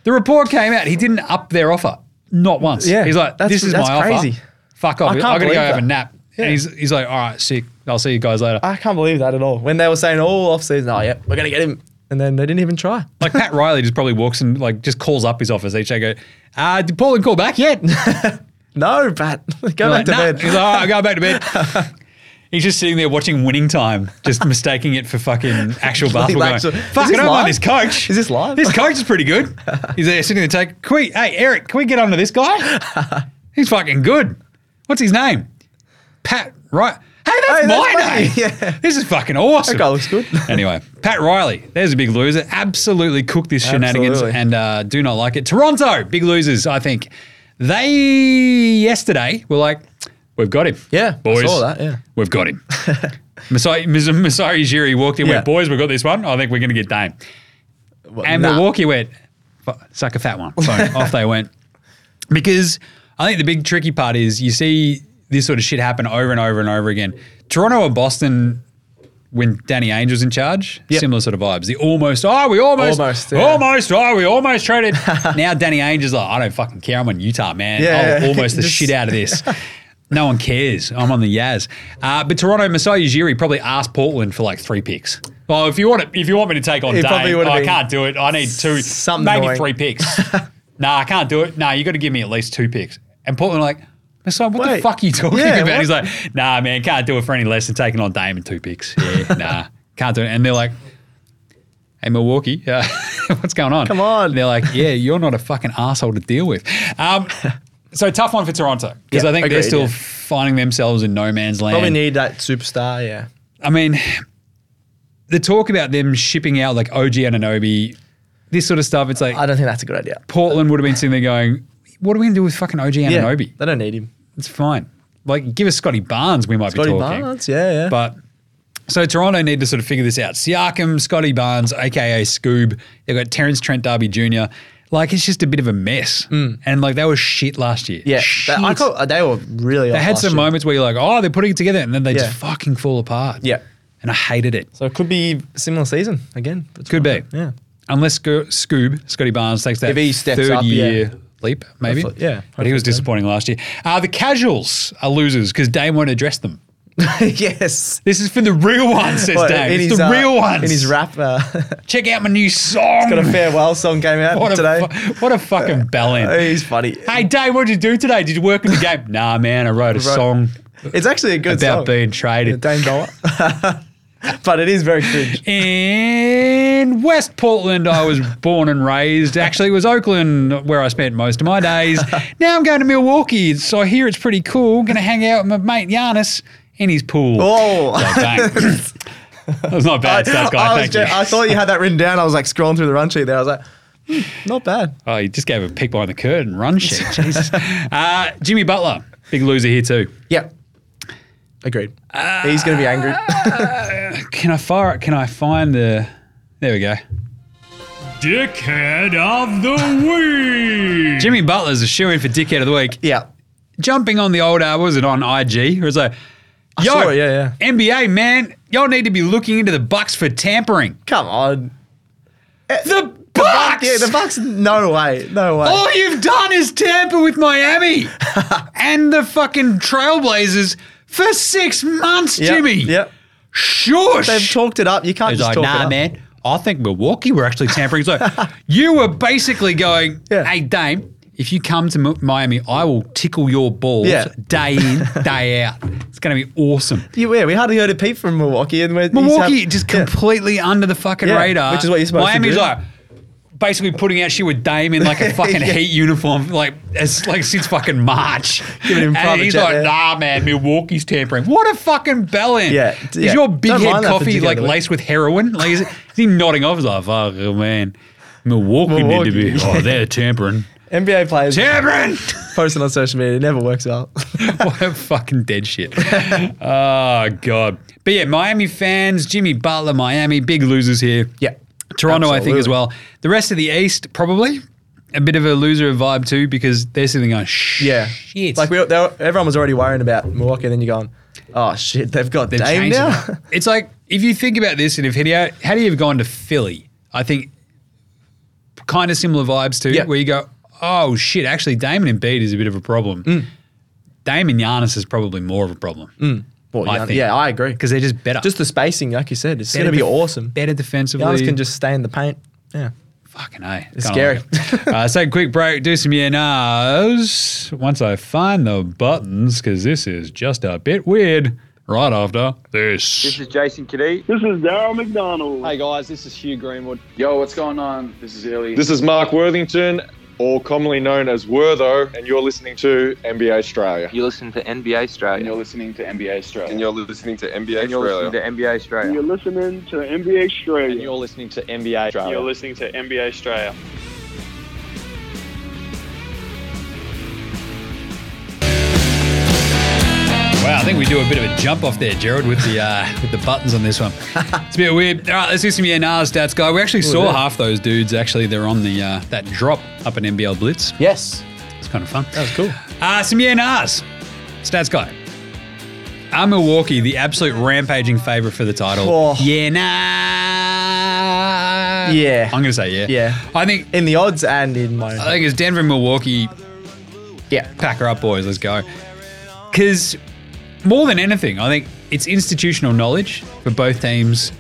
The report came out. He didn't up their offer. Not once. Yeah, he's like, that's- this is that's my crazy. offer. Fuck off. I I can't am going to believe go have a that. nap. Yeah. And he's, he's like, all right, sick. I'll see you guys later. I can't believe that at all. When they were saying all offseason, oh, yeah, we're going to get him. And then they didn't even try. like Pat Riley just probably walks and like just calls up his office each day. Go, uh, did Paul and call back yet? *laughs* No, Pat, *laughs* go They're back like, to "Nah." bed. He's like, all right, go back to bed. *laughs* He's just sitting there watching winning time, just mistaking it for fucking actual basketball. Like, going, so- is Fuck, I this don't live? mind this coach. *laughs* Is this live? *laughs* This coach is pretty good. He's there sitting in the take. Can we, hey, Eric, can we get onto this *laughs* guy? He's fucking good. What's his name? Pat Right. Hey, that's Hey, that's my my- name. *laughs* yeah. This is fucking awesome. That guy looks good. *laughs* anyway, Pat Riley, there's a big loser. Absolutely cooked this shenanigans Absolutely. and uh, do not like it. Toronto, big losers, I think. They yesterday were like, we've got him. Yeah, I boys. saw that, yeah. We've got him. Masai, Mis- Masai Ujiri walked in, Yeah. went, boys, we've got this one. I think we're going to get Dame. Well, And nah. Milwaukee went, "Fu- suck a fat one. So *laughs* off they went. Because I think the big tricky part is you see this sort of shit happen over and over and over again. Toronto or Boston when Danny Ainge was in charge, Yep. similar sort of vibes. The almost, oh, we almost, Almost, almost, yeah. oh, we almost *laughs* traded. now Danny Ainge is like, I don't fucking care. I'm on Utah, man. Yeah, I'll yeah. almost the *laughs* Just- shit out of this. No one cares. I'm on the Yaz. Uh, but Toronto, Masai Ujiri probably asked Portland for like three picks. Well, if you want to, if you want me to take on He Dame, probably would've oh, I been can't do it. I need two, something maybe annoying. three *laughs* picks. nah, I can't do it. Nah, you got to give me at least two picks. And Portland are like, Masai, what the Wait. fuck are you talking Yeah, about? what? He's like, nah, man, can't do it for any less than taking on Dame in two picks. Yeah, *laughs* nah, can't do it. And they're like, hey, Milwaukee, uh, *laughs* what's going on? Come on. And they're like, yeah, you're not a fucking asshole to deal with. *laughs* Um, so tough one for Toronto because Yeah, I think they're agreed, still yeah. finding themselves in no man's land. Probably need that superstar, yeah. I mean, the talk about them shipping out like OG Ananobi, this sort of stuff, it's like I don't think that's a good idea. Portland would have been sitting there going, what are we going to do with fucking OG Yeah, Ananobi? they don't need him. It's fine. Like, give us Scotty Barnes, we might Scotty be talking. Barnes, yeah, yeah. But so Toronto need to sort of figure this out. Siakam, Scotty Barnes, aka Scoob. They've got Terrence Trent Darby Jr. Like it's just a bit of a mess. And like they were shit last year. Mm. yeah, Shit. they, I thought uh, they were really. they had some moments where you're like, oh, they're putting it together, and then they Yeah. just fucking fall apart. Yeah. And I hated it. So it could be similar season again. *laughs* for Could be. Toronto. Yeah. Unless Sco- Scoob, Scotty Barnes, takes that If he steps third up, yeah. year leap, maybe. Hopefully- yeah, But he was hopefully so. disappointing last year. Uh, the casuals are losers because Dame won't address them. yes. This is for the real ones, says Well, Dave. in It's his, the uh, real ones. In his rap, uh, *laughs* Check out my new song. got a farewell song came *laughs* out what, a today. fu- what a fucking bellend. *laughs* He's funny. hey, Dave, what did you do today? Did you work in the game? *laughs* nah, man, I wrote a Right. song It's actually a good about song. being Yeah, traded. Dame Dollar. *laughs* but it is very cringe. In West Portland, I *laughs* was born and raised. Actually, it was Oakland where I spent most of my days. *laughs* now I'm going to Milwaukee, so I hear it's pretty cool. Going to hang out with my mate Giannis in his pool. Whoa. So, bang. *laughs* that was not bad stuff, guy. Oh. I, was Thank ju- you. I thought you had that written down. I was like scrolling through the run sheet there. I was like, hmm, not bad. Oh, he just gave a peek behind the curtain. Run *laughs* sheet. Jesus. Uh, Jimmy Butler, big loser here too. Yep. Agreed. He's going to be angry. Can I fire? Can I find the? There we go. Dickhead of the Week! Jimmy Butler's a shoe in for dickhead of the week. *laughs* yeah. Jumping on the old, uh, what was it on IG? It was like, yo, saw it, yeah, NBA man, y'all need to be looking into the Bucks for tampering. Come on. Eh, The Bucks. Oh, Yeah, the Bucks. No way. No way. All you've done is tamper with *laughs* Miami and the fucking Trailblazers for six months, Yep, Jimmy. Yep. Shush. They've talked it up. You can't He's just like, talk it nah, up. man. I think Milwaukee were actually tampering. *laughs* So you were basically going, Yeah. hey, Dame, if you come to Mi- Miami, I will tickle your balls Yeah. day in, day out. It's going to be awesome. You- yeah, we hardly heard a peep from Milwaukee, and we're he's Milwaukee have- just yeah. completely under the fucking Yeah, radar. which is what you're supposed to Miami's do. like, basically putting out shit with Dame in like *laughs* a fucking heat uniform, like as like since fucking March. Giving him and private he's jet like, there. nah, man, Milwaukee's tampering. What a fucking bellend. Yeah, Is yeah. your big Don't head mind that for coffee Dick like Elliott. laced with heroin? Like is, it, is he nodding off? He's like, fuck, oh, man, Milwaukee, need to be. Milwaukee. Oh, they're *laughs* tampering. NBA players Tampering. posting on social media, it never works out. *laughs* *laughs* what a fucking dead shit. oh god. But yeah, Miami fans, Jimmy Butler, Miami, big losers here. yeah. Toronto, I think, as Absolutely. well. The rest of the East, probably a bit of a loser of vibe too, because they're sitting going, shh. Yeah. Shit. Like, we, they were, everyone was already worrying about Milwaukee, and then you're going, oh, shit, they've got They've Dame changed now. it. It's like if you think about this, and if Hideo, had he have gone to Philly, I think kind of similar vibes too, Yeah. where you go, oh shit, actually Damon Embiid is a bit of a problem. Mm. Damon Giannis is probably more of a problem *laughs* Well, I yeah, think. yeah, I agree. because they're just better. Just the spacing, like you said, it's going to Better be def- awesome. better defensively. Giannis can just stay in the paint. Yeah. fucking a. It's Kinda like it. uh, so quick break. Do some yeah nows once I find the buttons because this is just a bit weird. Right after this. This is Jason Kadee. This is Daryl McDonald. Hey guys, this is Hugh Greenwood. Yo, what's going on? This is Ellie. This is Mark Worthington, or commonly known as Wortho, and you're listening to NBA Australia. You listen to NBA and Australia. you're listening to NBA Australia. And you're listening to NBA And you're Australia. listening to NBA Australia. You're listening to NBA Straight. You're listening to NBA Australia. listening to NBA Australia. Wow, I think we do a bit of a jump off there, Jared, with the uh, with the buttons on this *laughs* one. It's a bit weird. All right, let's do some yeah nows, stats guy. We actually saw yeah. half those dudes. Actually, they're on the uh, that drop up in NBL Blitz. Yes. It's kind of fun. That *sighs* was cool. Uh, some yeah nahs. Stats guy. Are Milwaukee the absolute rampaging favourite for the title? Oh. Yeah, nah. Yeah. I'm going to say yeah. Yeah. I think In the odds and in my. I think it's Denver and Milwaukee. yeah. Pack her up, boys. Let's go. Because more than anything, I think it's institutional knowledge for both teams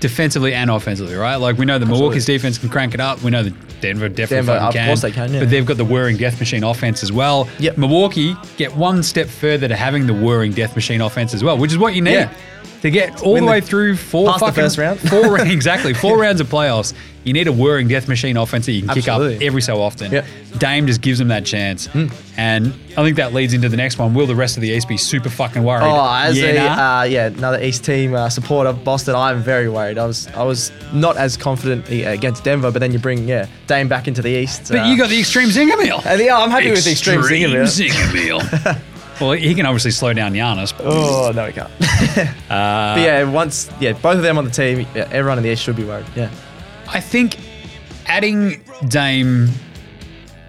defensively and offensively, right? Like we know the Milwaukee's defense can crank it up. We know that Denver definitely Denver, fucking of can. course they can, yeah. But they've got the whirring death machine offense as well. Yep. Milwaukee get one step further to having the whirring death machine offense as well, which is what you need. Yeah. To get all Win the the- way through four past the fucking first round. *laughs* four *laughs* exactly four rounds of playoffs, you need a whirring death machine offense that you can kick up Absolutely. every so often. Yep. Dame just gives them that chance. Hmm. And I think that leads into the next one. Will the rest of the East be super fucking worried? Oh, as yeah, a nah. uh, yeah, another East team uh, supporter, Boston, I'm very worried. I was I was not as confident uh, against Denver, but then you bring yeah Dame back into the East. But uh, you got the extreme zinger meal. And yeah, I'm Uh, happy with extreme zinger meal. zinger meal. *laughs* well, he can obviously slow down Giannis. But Oh no, we can't. *laughs* but yeah, once yeah, both of them on the team, yeah, everyone in the East should be worried. Yeah, I think adding Dame,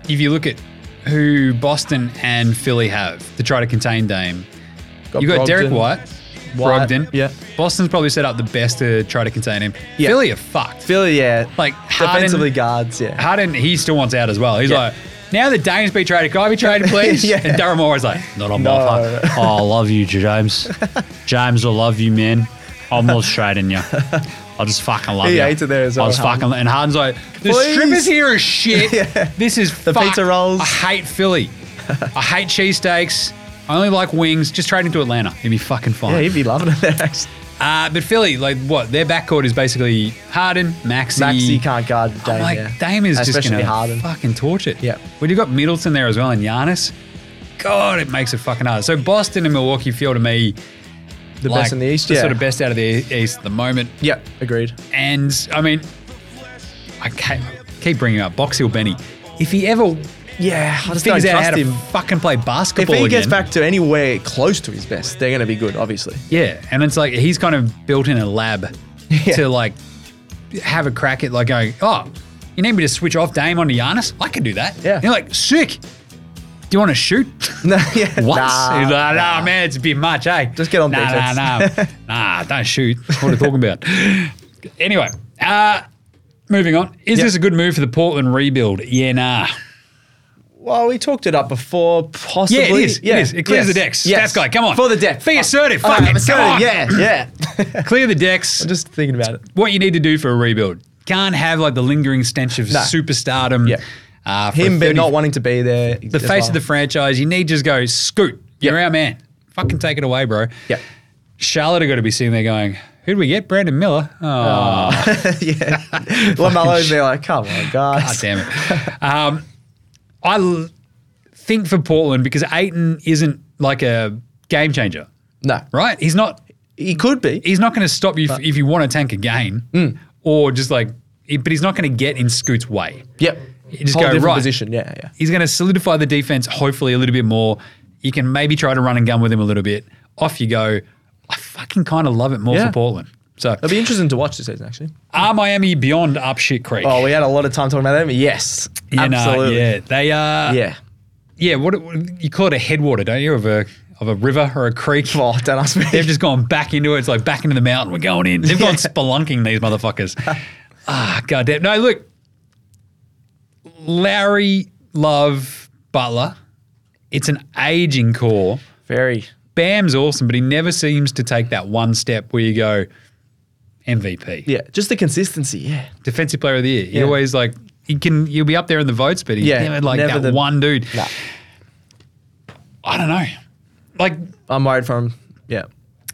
if you look at who Boston and Philly have to try to contain Dame, you got Derek Brogdon. White, White, Brogdon. yeah. Boston's probably set up the best to try to contain him. Yeah. Philly are fucked. Philly, yeah, like Harden, defensively guards, yeah. Harden, he still wants out as well. He's Yeah. like, now that Dame's been traded, can I be *laughs* traded, please? Yeah. And Daryl Morey's like, not on No. my *laughs* offer. Oh, I love you, James. James, I love you, man. I'm not trading you. I just fucking love He you. hates it there as I well, was Harden. fucking, and Harden's like, the Please. strippers here are *laughs* shit. This is The fucked. pizza rolls. I hate Philly. I hate cheesesteaks. I only like wings. Just trade him to Atlanta. He'd be fucking fine. Yeah, he'd be loving it there. Actually. uh, but Philly, like what? Their backcourt is basically Harden, Maxi, Maxi can't guard Dame. I'm like, yeah. Dame is just Especially going to Harden. fucking torch it. Yeah. When you've got Middleton there as well and Giannis, God, it makes it fucking hard. So Boston and Milwaukee feel to me the best in the East. Yeah, sort of best out of the East at the moment. yeah, agreed. And I mean, I ca- keep bringing up Box Hill Benny. If he ever Yeah, I just don't figures out how trust to him. fucking play If basketball he gets again- back to anywhere close to his best, they're going to be good, obviously. *laughs* Yeah, and it's like he's kind of built in a lab Yeah. to like have a crack at like going, oh, you need me to switch off Dame onto Giannis? I can do that. Yeah. And you're like, sick. Do you want to shoot? *laughs* No, yeah. Once? Nah. He's like, nah, man, it's a bit much, eh? Just get on nah, defense. Nah, nah, *laughs* nah, don't shoot. What are you talking about? Anyway, uh, moving on. Is Yep. this a good move for the Portland rebuild? Yeah, nah. Well, we talked it up before, possibly. Yeah, it is. It is. It clears Yes. the decks. Yes. Stats guy, come on. For the deck. Be Oh. assertive. All Fuck right, it. let's Come go. on. Yeah, yeah. Clear the decks. I'm just thinking about it. what you need to do for a rebuild. Can't have like the lingering stench of No. superstardom. Yeah. Uh, for Him 30 but not wanting to be there. the face of the franchise. You need to just go scoot. You're Yeah. our man. Fucking take it away, bro. Yeah. *laughs* Charlotte are going to be sitting there going, Who'd we get? Brandon Miller. Oh, *laughs* yeah. LaMelo's there like, come on, God guys. damn it. Um, I l- think for Portland because Aiton isn't like a game changer, No. right? He's not. He could be. He's not going to stop you if, if you want to tank a game, Mm. or just like. he- But he's not going to get in Scoot's way. Yep. You just Whole go, different right. position. Yeah, yeah. He's going to solidify the defense, hopefully a little bit more. You can maybe try to run and gun with him a little bit. Off you go. I fucking kind of love it more Yeah. for Portland. So, It'll be interesting to watch this season, actually. are Miami beyond up shit creek? Oh, we had a lot of time talking about them. Yes. You know, absolutely. yeah, they are. yeah. yeah, what, what- you call it a headwater, don't you, of a of a river or a creek? Oh, don't ask me. They've just gone back into it. It's like back into the mountain. We're going in. *laughs* They've gone spelunking these motherfuckers. ah, goddamn. No, look, Lowry, Love, Butler. It's an aging core. Very. Bam's awesome, but he never seems to take that one step where you go MVP, Yeah. Just the consistency. Yeah. defensive player of the year. He Yeah. always like he can. You'll be up there in the votes, but he's Yeah, never like never that the- one dude. I don't know. Like I'm worried for him. Yeah.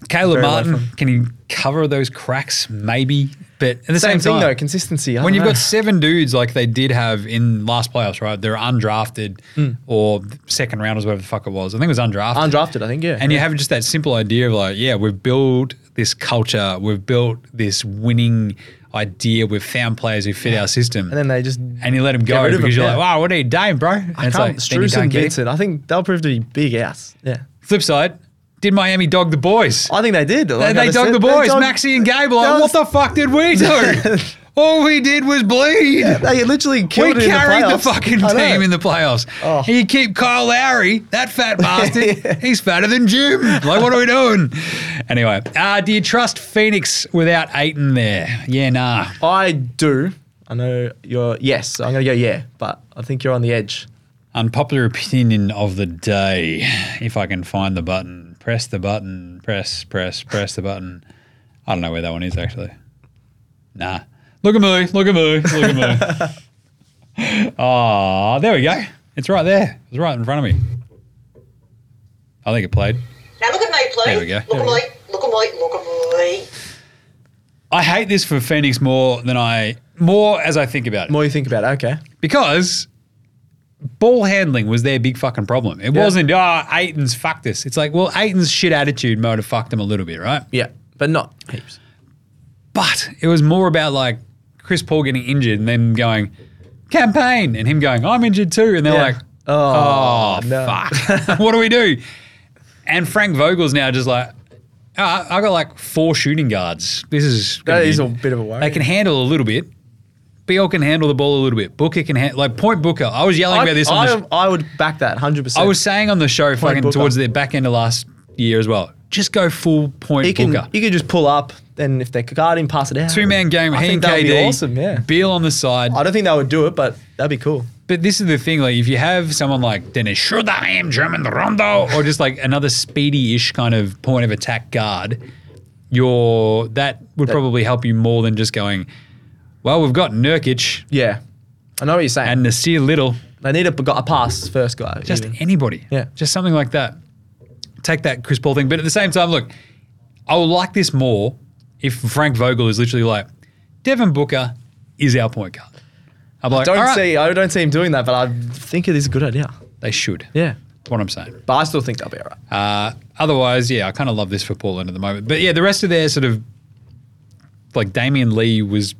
Caleb Very Martin, welcome. can he cover those cracks? Maybe, but at the same, Same, thing, time, though. Consistency. I when don't you've know. got seven dudes like they did have in last playoffs, right? They're undrafted or second rounders, whatever the fuck it was. I think it was undrafted. Hmm. undrafted, I think. Yeah. and you have just that simple idea of like, yeah, we've built this culture, we've built this winning idea, we've found players who fit our system, and then they just. and you let them go rid because of them, you're yeah. like, wow, what are you doing, bro? And I it's can't. like, then you Struce don't and get it. Vincent. I think they'll prove to be big ass. Yeah. Flip side, did Miami dog the boys? I think they did. They, Like I they just dug said, the boys, dug- Maxi and Gable. Like, That what was- the fuck did we *laughs* do? All we did was bleed. They literally we killed it in carried the, playoffs. fucking I know. team in the playoffs. Oh. And you keep Kyle Lowry, that *laughs* fat bastard. He's fatter than Jim. Like, what are we doing? Anyway, uh, do you trust Phoenix without Aiton there? Yeah, nah. I do. I know you're. Yes, so I'm gonna go. Yeah, but I think you're on the edge. Unpopular opinion of the day. If I can find the button, press the button, press, press, press the button. I don't know where that one is actually. Nah. Look at me, look at me, look at me. Ah, there we go. It's right there. It's right in front of me. I think it played. Now look at me, please. There we go. Look at me. Look at me. Look at me. I hate this for Phoenix more than I more as I think about it. More you think about it. Okay. because ball handling was their big fucking problem. It Yeah. wasn't, ah, Aiton's fucked us. It's like, well, Aiton's shit attitude might have fucked them a little bit, right? Yeah, but not heaps. But it was more about like Chris Paul getting injured and then going, campaign, and him going, I'm injured too. And they're Yeah. like, oh, Oh, no. *laughs* fuck. what do we do? And Frank Vogel's now just like, "Ah, I got like four shooting guards. This is gonna That be- is a bit of a worry. they can handle a little bit. Beal can handle the ball a little bit. Booker can handle, like point Booker. I was yelling I, about this. I, on the sh- I would back that 100%. I was saying on the show, fucking Booker. towards the back end of last year as well. Just go full point he can, Booker. he could just pull up, and if they could guard him, pass it out. Two man game. I he and think that would KD. be awesome, yeah. Beal on the side. I don't think they would do it, but that'd be cool. But this is the thing, like if you have someone like Dennis Schroeder, I am German Rondo, or just like another speedy-ish kind of point of attack guard, your that would probably help you more than just going. Well, we've got Nurkic Yeah. I know what you're saying. and Nasir Little. they need a, got a pass first guy. just even. anybody. Yeah. Just something like that. Take that Chris Paul thing. But at the same time, look, I will like this more if Frank Vogel is literally like, Devin Booker is our point guard. I'm like, don't all right, see. I don't see him doing that, but I think it is a good idea. they should. Yeah, That's what I'm saying. but I still think they'll be alright. Uh, otherwise, yeah, I kind of love this for Portland at the moment. But yeah, the rest of their sort of like Damian Lee was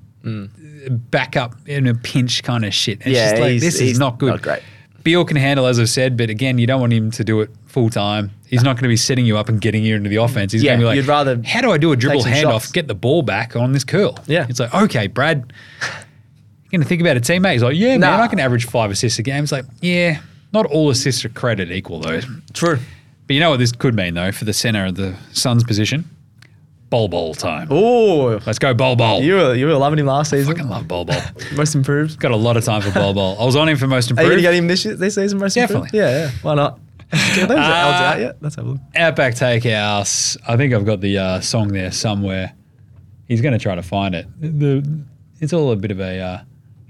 back up in a pinch kind of shit. It's Mm. Yeah, just like he's- this is he's not good. not great. Beal can handle, as I've said, but again, you don't want him to do it full time. He's not going to be setting you up and getting you into the offense. He's Yeah, going to be like, you'd rather how do I do a dribble some handoff, shots." get the ball back on this curl? Yeah. It's like, okay, Brad, you're going to think about a teammate. He's like, yeah, man, Nah. I can average five assists a game. It's like, yeah, not all assists are credit equal, though. True. But you know what this could mean, though, for the center of the Suns' position? Bol Bol time. Oh, Let's go, Bol Bol. you were you were loving him last season. fucking love Bol Bol. Most improved. Got a lot of time for Bol Bol. I was on him for most Are you improved. gonna get him this, year- this season? Most improved? Definitely. Yeah, yeah. *laughs* Why not? Are those L's out yet? Let's have a look. Outback Takehouse. I think I've got the uh, song there somewhere. He's going to try to find it. The, it's all a bit of a uh,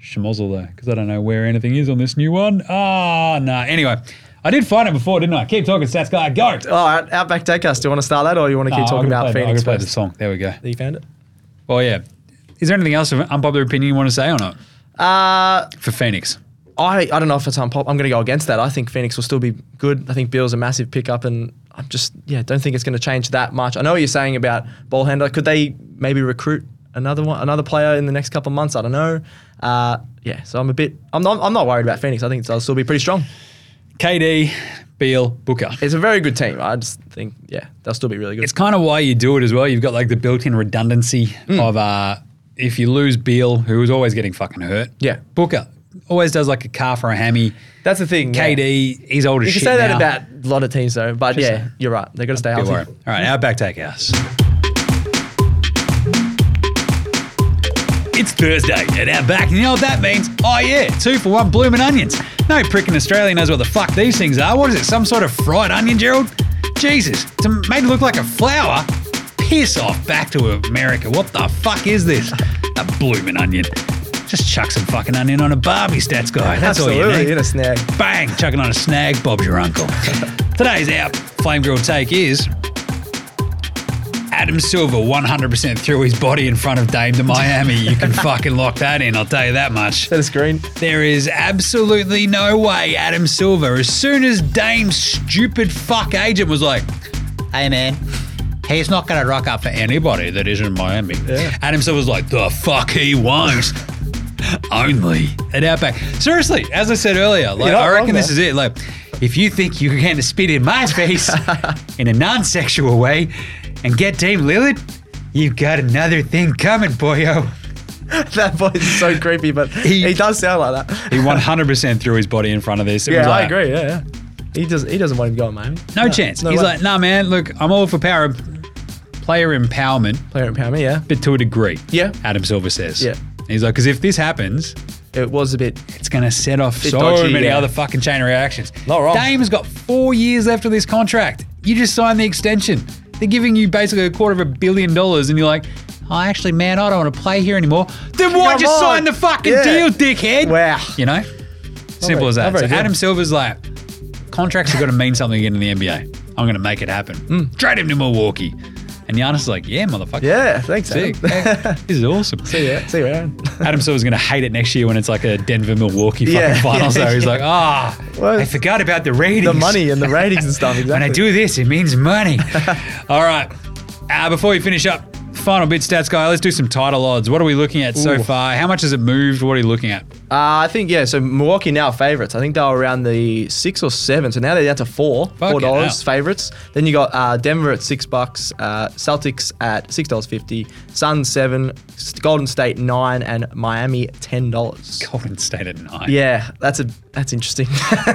schmozzle, though, because I don't know where anything is on this new one. Ah, nah. Anyway, I did find it before, didn't I? Keep talking, Sats guy. Go. All right, Outback Steakhouse. Do you want to start that, or you want to keep Oh, talking I about could play, I Phoenix could play the first? song. There we go. You found it. Well, yeah. Is there anything else of unpopular opinion you want to say or not Uh, for Phoenix? I, I don't know if it's unpop. I'm going to go against that. I think Phoenix will still be good. I think Bill's a massive pickup, and I just yeah don't think it's going to change that much. I know what you're saying about ball handler. Could they maybe recruit another one, another player in the next couple of months? I don't know. Uh, yeah, so I'm a bit. I'm not. I'm not worried about Phoenix. I think they'll still be pretty strong. KD, Beal, Booker. It's a very good team. I just think yeah they'll still be really good. It's kind of why you do it as well. You've got like the built-in redundancy Mm. of uh, if you lose Beal, who is always getting fucking hurt. Yeah. Booker always does like a calf or a hammy. That's the thing. yeah. KD, he's old as You shit can say that now. about a lot of teams though, but Just- yeah, you're right. They're going to stay Don't worry. healthy. All right, Outback Steakhouse. It's Thursday at Outback, and you know what that means? Oh, yeah, two for one blooming onions. No prick in Australia knows what the fuck these things are. What is it, some sort of fried onion, Gerald? Jesus, it's made to look like a flower? Piss off back to America. What the fuck is this? A blooming onion. Just chuck some fucking onion on a Barbie stats guy. That's all you *laughs* Absolutely, need in a snag. bang, chucking on a snag, Bob's your uncle. Today's our flame grill take is Adam Silver 100% threw his body in front of Dame to Miami. You can fucking lock that in, I'll tell you that much. Set a screen. *laughs* There is absolutely no way Adam Silver, as soon as Dame's stupid fuck agent was like, hey man, he's not going to rock up for anybody that isn't Miami. Adam Silver's like, the fuck he won't. Only at Outback. Seriously, as I said earlier, like You're not I reckon wrong this there. is it. Like, if you think you can spit in my *laughs* face in a non-sexual way and get Dame Lillard, you've got another thing coming, boyo. that voice is so creepy, but He- he, does sound like that. He 100% threw his body in front of this. It was Yeah, I like, agree. Yeah, yeah. He doesn't. He doesn't want him going, Miami. No, chance. no He's way. like, nah, man, look, I'm all for power, player empowerment, Player empowerment. Yeah, but to a degree. Yeah. Adam Silver says. Yeah. He's like, because if this happens, it was a bit. it's going to set off Bit so dodgy, many yeah. other fucking chain reactions. Not wrong. Dame's got four years left of this contract. You just signed the extension. They're giving you basically a quarter of a billion dollars, and you're like, oh, actually, man, I don't want to play here anymore. Then why Come just on. sign the fucking Yeah. deal, dickhead? Wow. You know? Simple very- as that. not So very good. Adam Silver's like, contracts have got to mean something again in the NBA. I'm going to make it happen. Trade him to Milwaukee. And Giannis is like, yeah, motherfucker. Hmm. Yeah, thanks. *laughs* Sick. Adam. Hey, this is awesome. See ya. See you around. Adam Silver's going to hate it next year when it's like a Denver Milwaukee fucking Yeah, finals. *laughs* yeah, though he's yeah. like, ah, Well, I forgot about the ratings. the money and the ratings and stuff. *laughs* Exactly. When I do this, it means *laughs* money. All right. Uh, before we finish up, final bit stats guy. Let's do some title odds. What are we looking at so Ooh. far? How much has it moved? What are you looking at? Uh, I think yeah. So Milwaukee now favorites. I think they were around the six or seven. So now they're down to four, four dollars hell. favorites. Then you got uh, Denver at six bucks, uh, Celtics at six dollars fifty, Suns seven, S- Golden State nine, and Miami ten dollars. Golden State at nine. Yeah, that's a that's interesting. *laughs*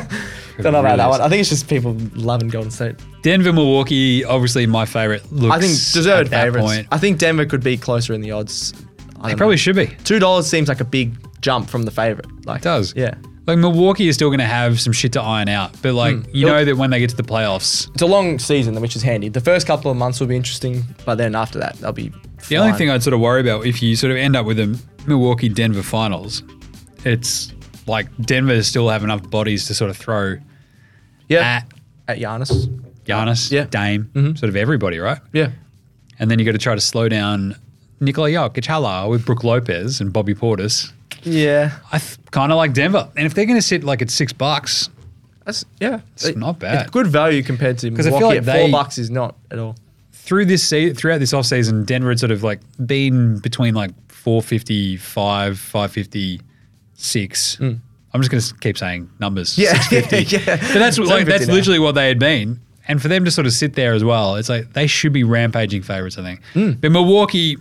Don't know about that one. I think it's just people loving Golden State. Denver Milwaukee, obviously my favorite. Looks I think at deserved that favorites. Point. I think Denver could be closer in the odds. I They don't probably know. should be. It Two dollars seems like a big jump from the favorite. Like does. Yeah, Like Milwaukee is still going to have some shit to iron out, but like Hmm. you know that when they get to the playoffs, it's a long season, which is handy. The first couple of months will be interesting, but then after that, they'll be. The only thing I'd sort of worry about if you sort of end up with a Milwaukee Denver finals, it's like Denver still have enough bodies to sort of throw yeah, at at Giannis. Giannis, Yeah. Mm-hmm. Dame, sort of everybody, right? Yeah, And then you got to try to slow down Nikola Jokic, Hala with Brooke Lopez and Bobby Portis. yeah, I th- kind of like Denver, and if they're going to sit like at six bucks, that's yeah. It's not bad. It's good value compared to 'Cause I Milwaukee. feel like at they- four bucks is not at all. through this se- throughout this offseason, Denver had sort of like been between like 455, 556. I'm just going to keep saying numbers. *laughs* Hmm. Yeah. 650. Yeah. But that's what- like, that's 750 now. literally what they had been. And for them to sort of sit there as well, it's like they should be rampaging favorites, I think. Hmm. But Milwaukee,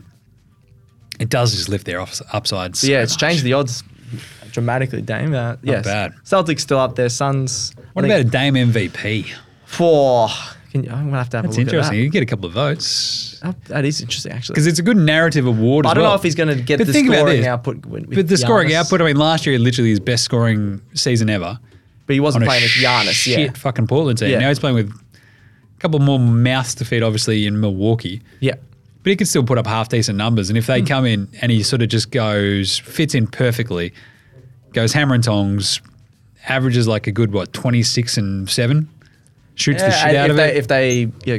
it does just lift their off- upsides. yeah, it's changed the odds dramatically. Dame, uh, yes. bad. Celtics still up there. Suns. What about a Dame MVP? four? Can you, I'm gonna have to have That's a look interesting. You at can get a couple of votes that. that. That is interesting, actually. because it's a good narrative award. I as don't well. know if he's going to get But the think about scoring this. output. With, with But the scoring Giannis. output, I mean, last year literally his best scoring season ever. But he wasn't on a playing with Giannis. shit Yeah. fucking Portland team. Yeah. Now he's playing with a couple more mouths to feed, obviously, in Milwaukee. Yeah. But he can still put up half decent numbers. And if Hmm. they come in and he sort of just goes, fits in perfectly, goes hammer and tongs, averages like a good what twenty six and seven. Shoots the Yeah, shit and out if of they, it. If they yeah,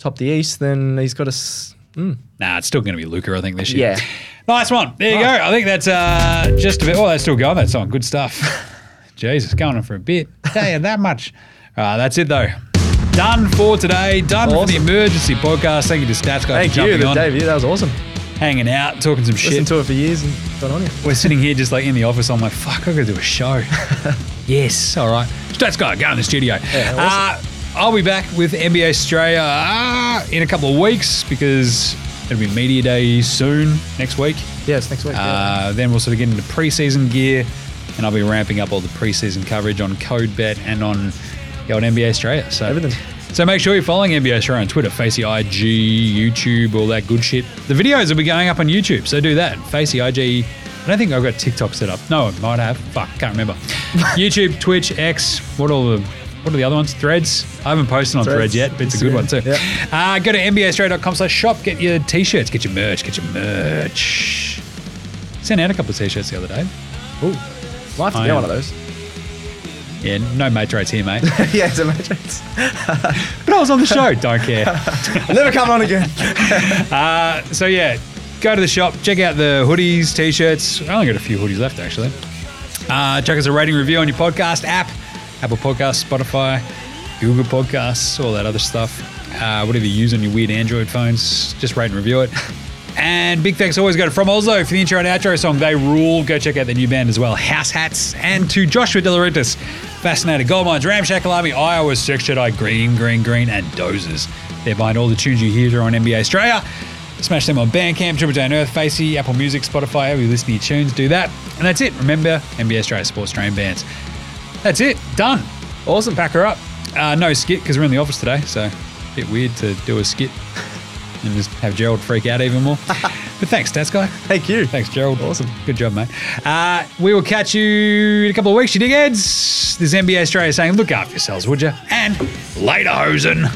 top the East, then he's got a. s- Nah, it's still going to be Luca, I think, this year. Yeah. Nice one. There you go. I think that's uh, just a bit. Oh, that's still going, that song. Good stuff. *laughs* Jesus, going on for a bit. Tell you that much. *laughs* Uh, that's it, though. Done for today. Done for the Awesome. emergency podcast. Thank you to Stats Guy Thank for jumping you, on, Dave. Yeah, that was awesome. hanging out, talking some shit. Listened to it for years and got on it. We're sitting here just like in the office. I'm like, fuck, I gotta do a *laughs* show. yes, all right. Stats guy, go in the studio. uh, I'll be back with NBA Australia uh, in a couple of weeks because it'll be media day soon next week. Yeah, it's next week. yeah. Uh, then we'll sort of get into preseason gear, and I'll be ramping up all the preseason coverage on CodeBet and on yeah, on NBA Australia. So Everything. So make sure you're following NBA Australia on Twitter, Facey IG, YouTube, all that good shit. The videos will be going up on YouTube, so do that. Facey IG. I don't think I've got TikTok set up. No, I might have. Fuck, can't *laughs* remember. YouTube, Twitch, X. What all the what are the other ones? Threads. I haven't posted on Threads, Threads, yet, but it's a good Instagram, one too. yeah. Uh, go to nbastraight.com slash shop. Get your t-shirts. Get your merch. Get your merch. Sent out a couple of t-shirts the other day. Ooh, I'll have to I get am- one of those. *laughs* Yeah, no mates rates here, mate. yeah, it's a matrix. but I was on the show. Don't care. Never come on again. *laughs* So yeah, go to the shop, check out the hoodies, t-shirts. I only got a few hoodies left actually. Uh, check us a rating review on your podcast app, Apple Podcasts, Spotify, Google Podcasts, all that other stuff. Uh, whatever you use on your weird Android phones, just rate and review it. And big thanks always go to From Oslo for the intro and outro song. They rule. Go check out their new band as well, House Hats. And to Joshua De Laurentiis, Fascinated Goldmines, Ramshackle Army, Iowa, Sex Jedi, Green, Green, Green, and Dozers. They're buying all the tunes you hear here on NBA Australia. Smash them on Bandcamp, Triple J on Earth, Facey, Apple Music, Spotify, however you listen to your tunes, do that. And that's it. Remember, NBA Australia Sports Train Bands. That's it. Done. Awesome. Pack her up. Uh, no skit because we're in the office today, so a bit weird to do a skit *laughs* and just have Gerald freak out even more. but thanks, Stats Guy. Thank you. Thanks, Gerald. Awesome. Good job, mate. Uh, we will catch you in a couple of weeks, you dickheads. This is NBA Australia saying, look after yourselves, would you? And later, hosen.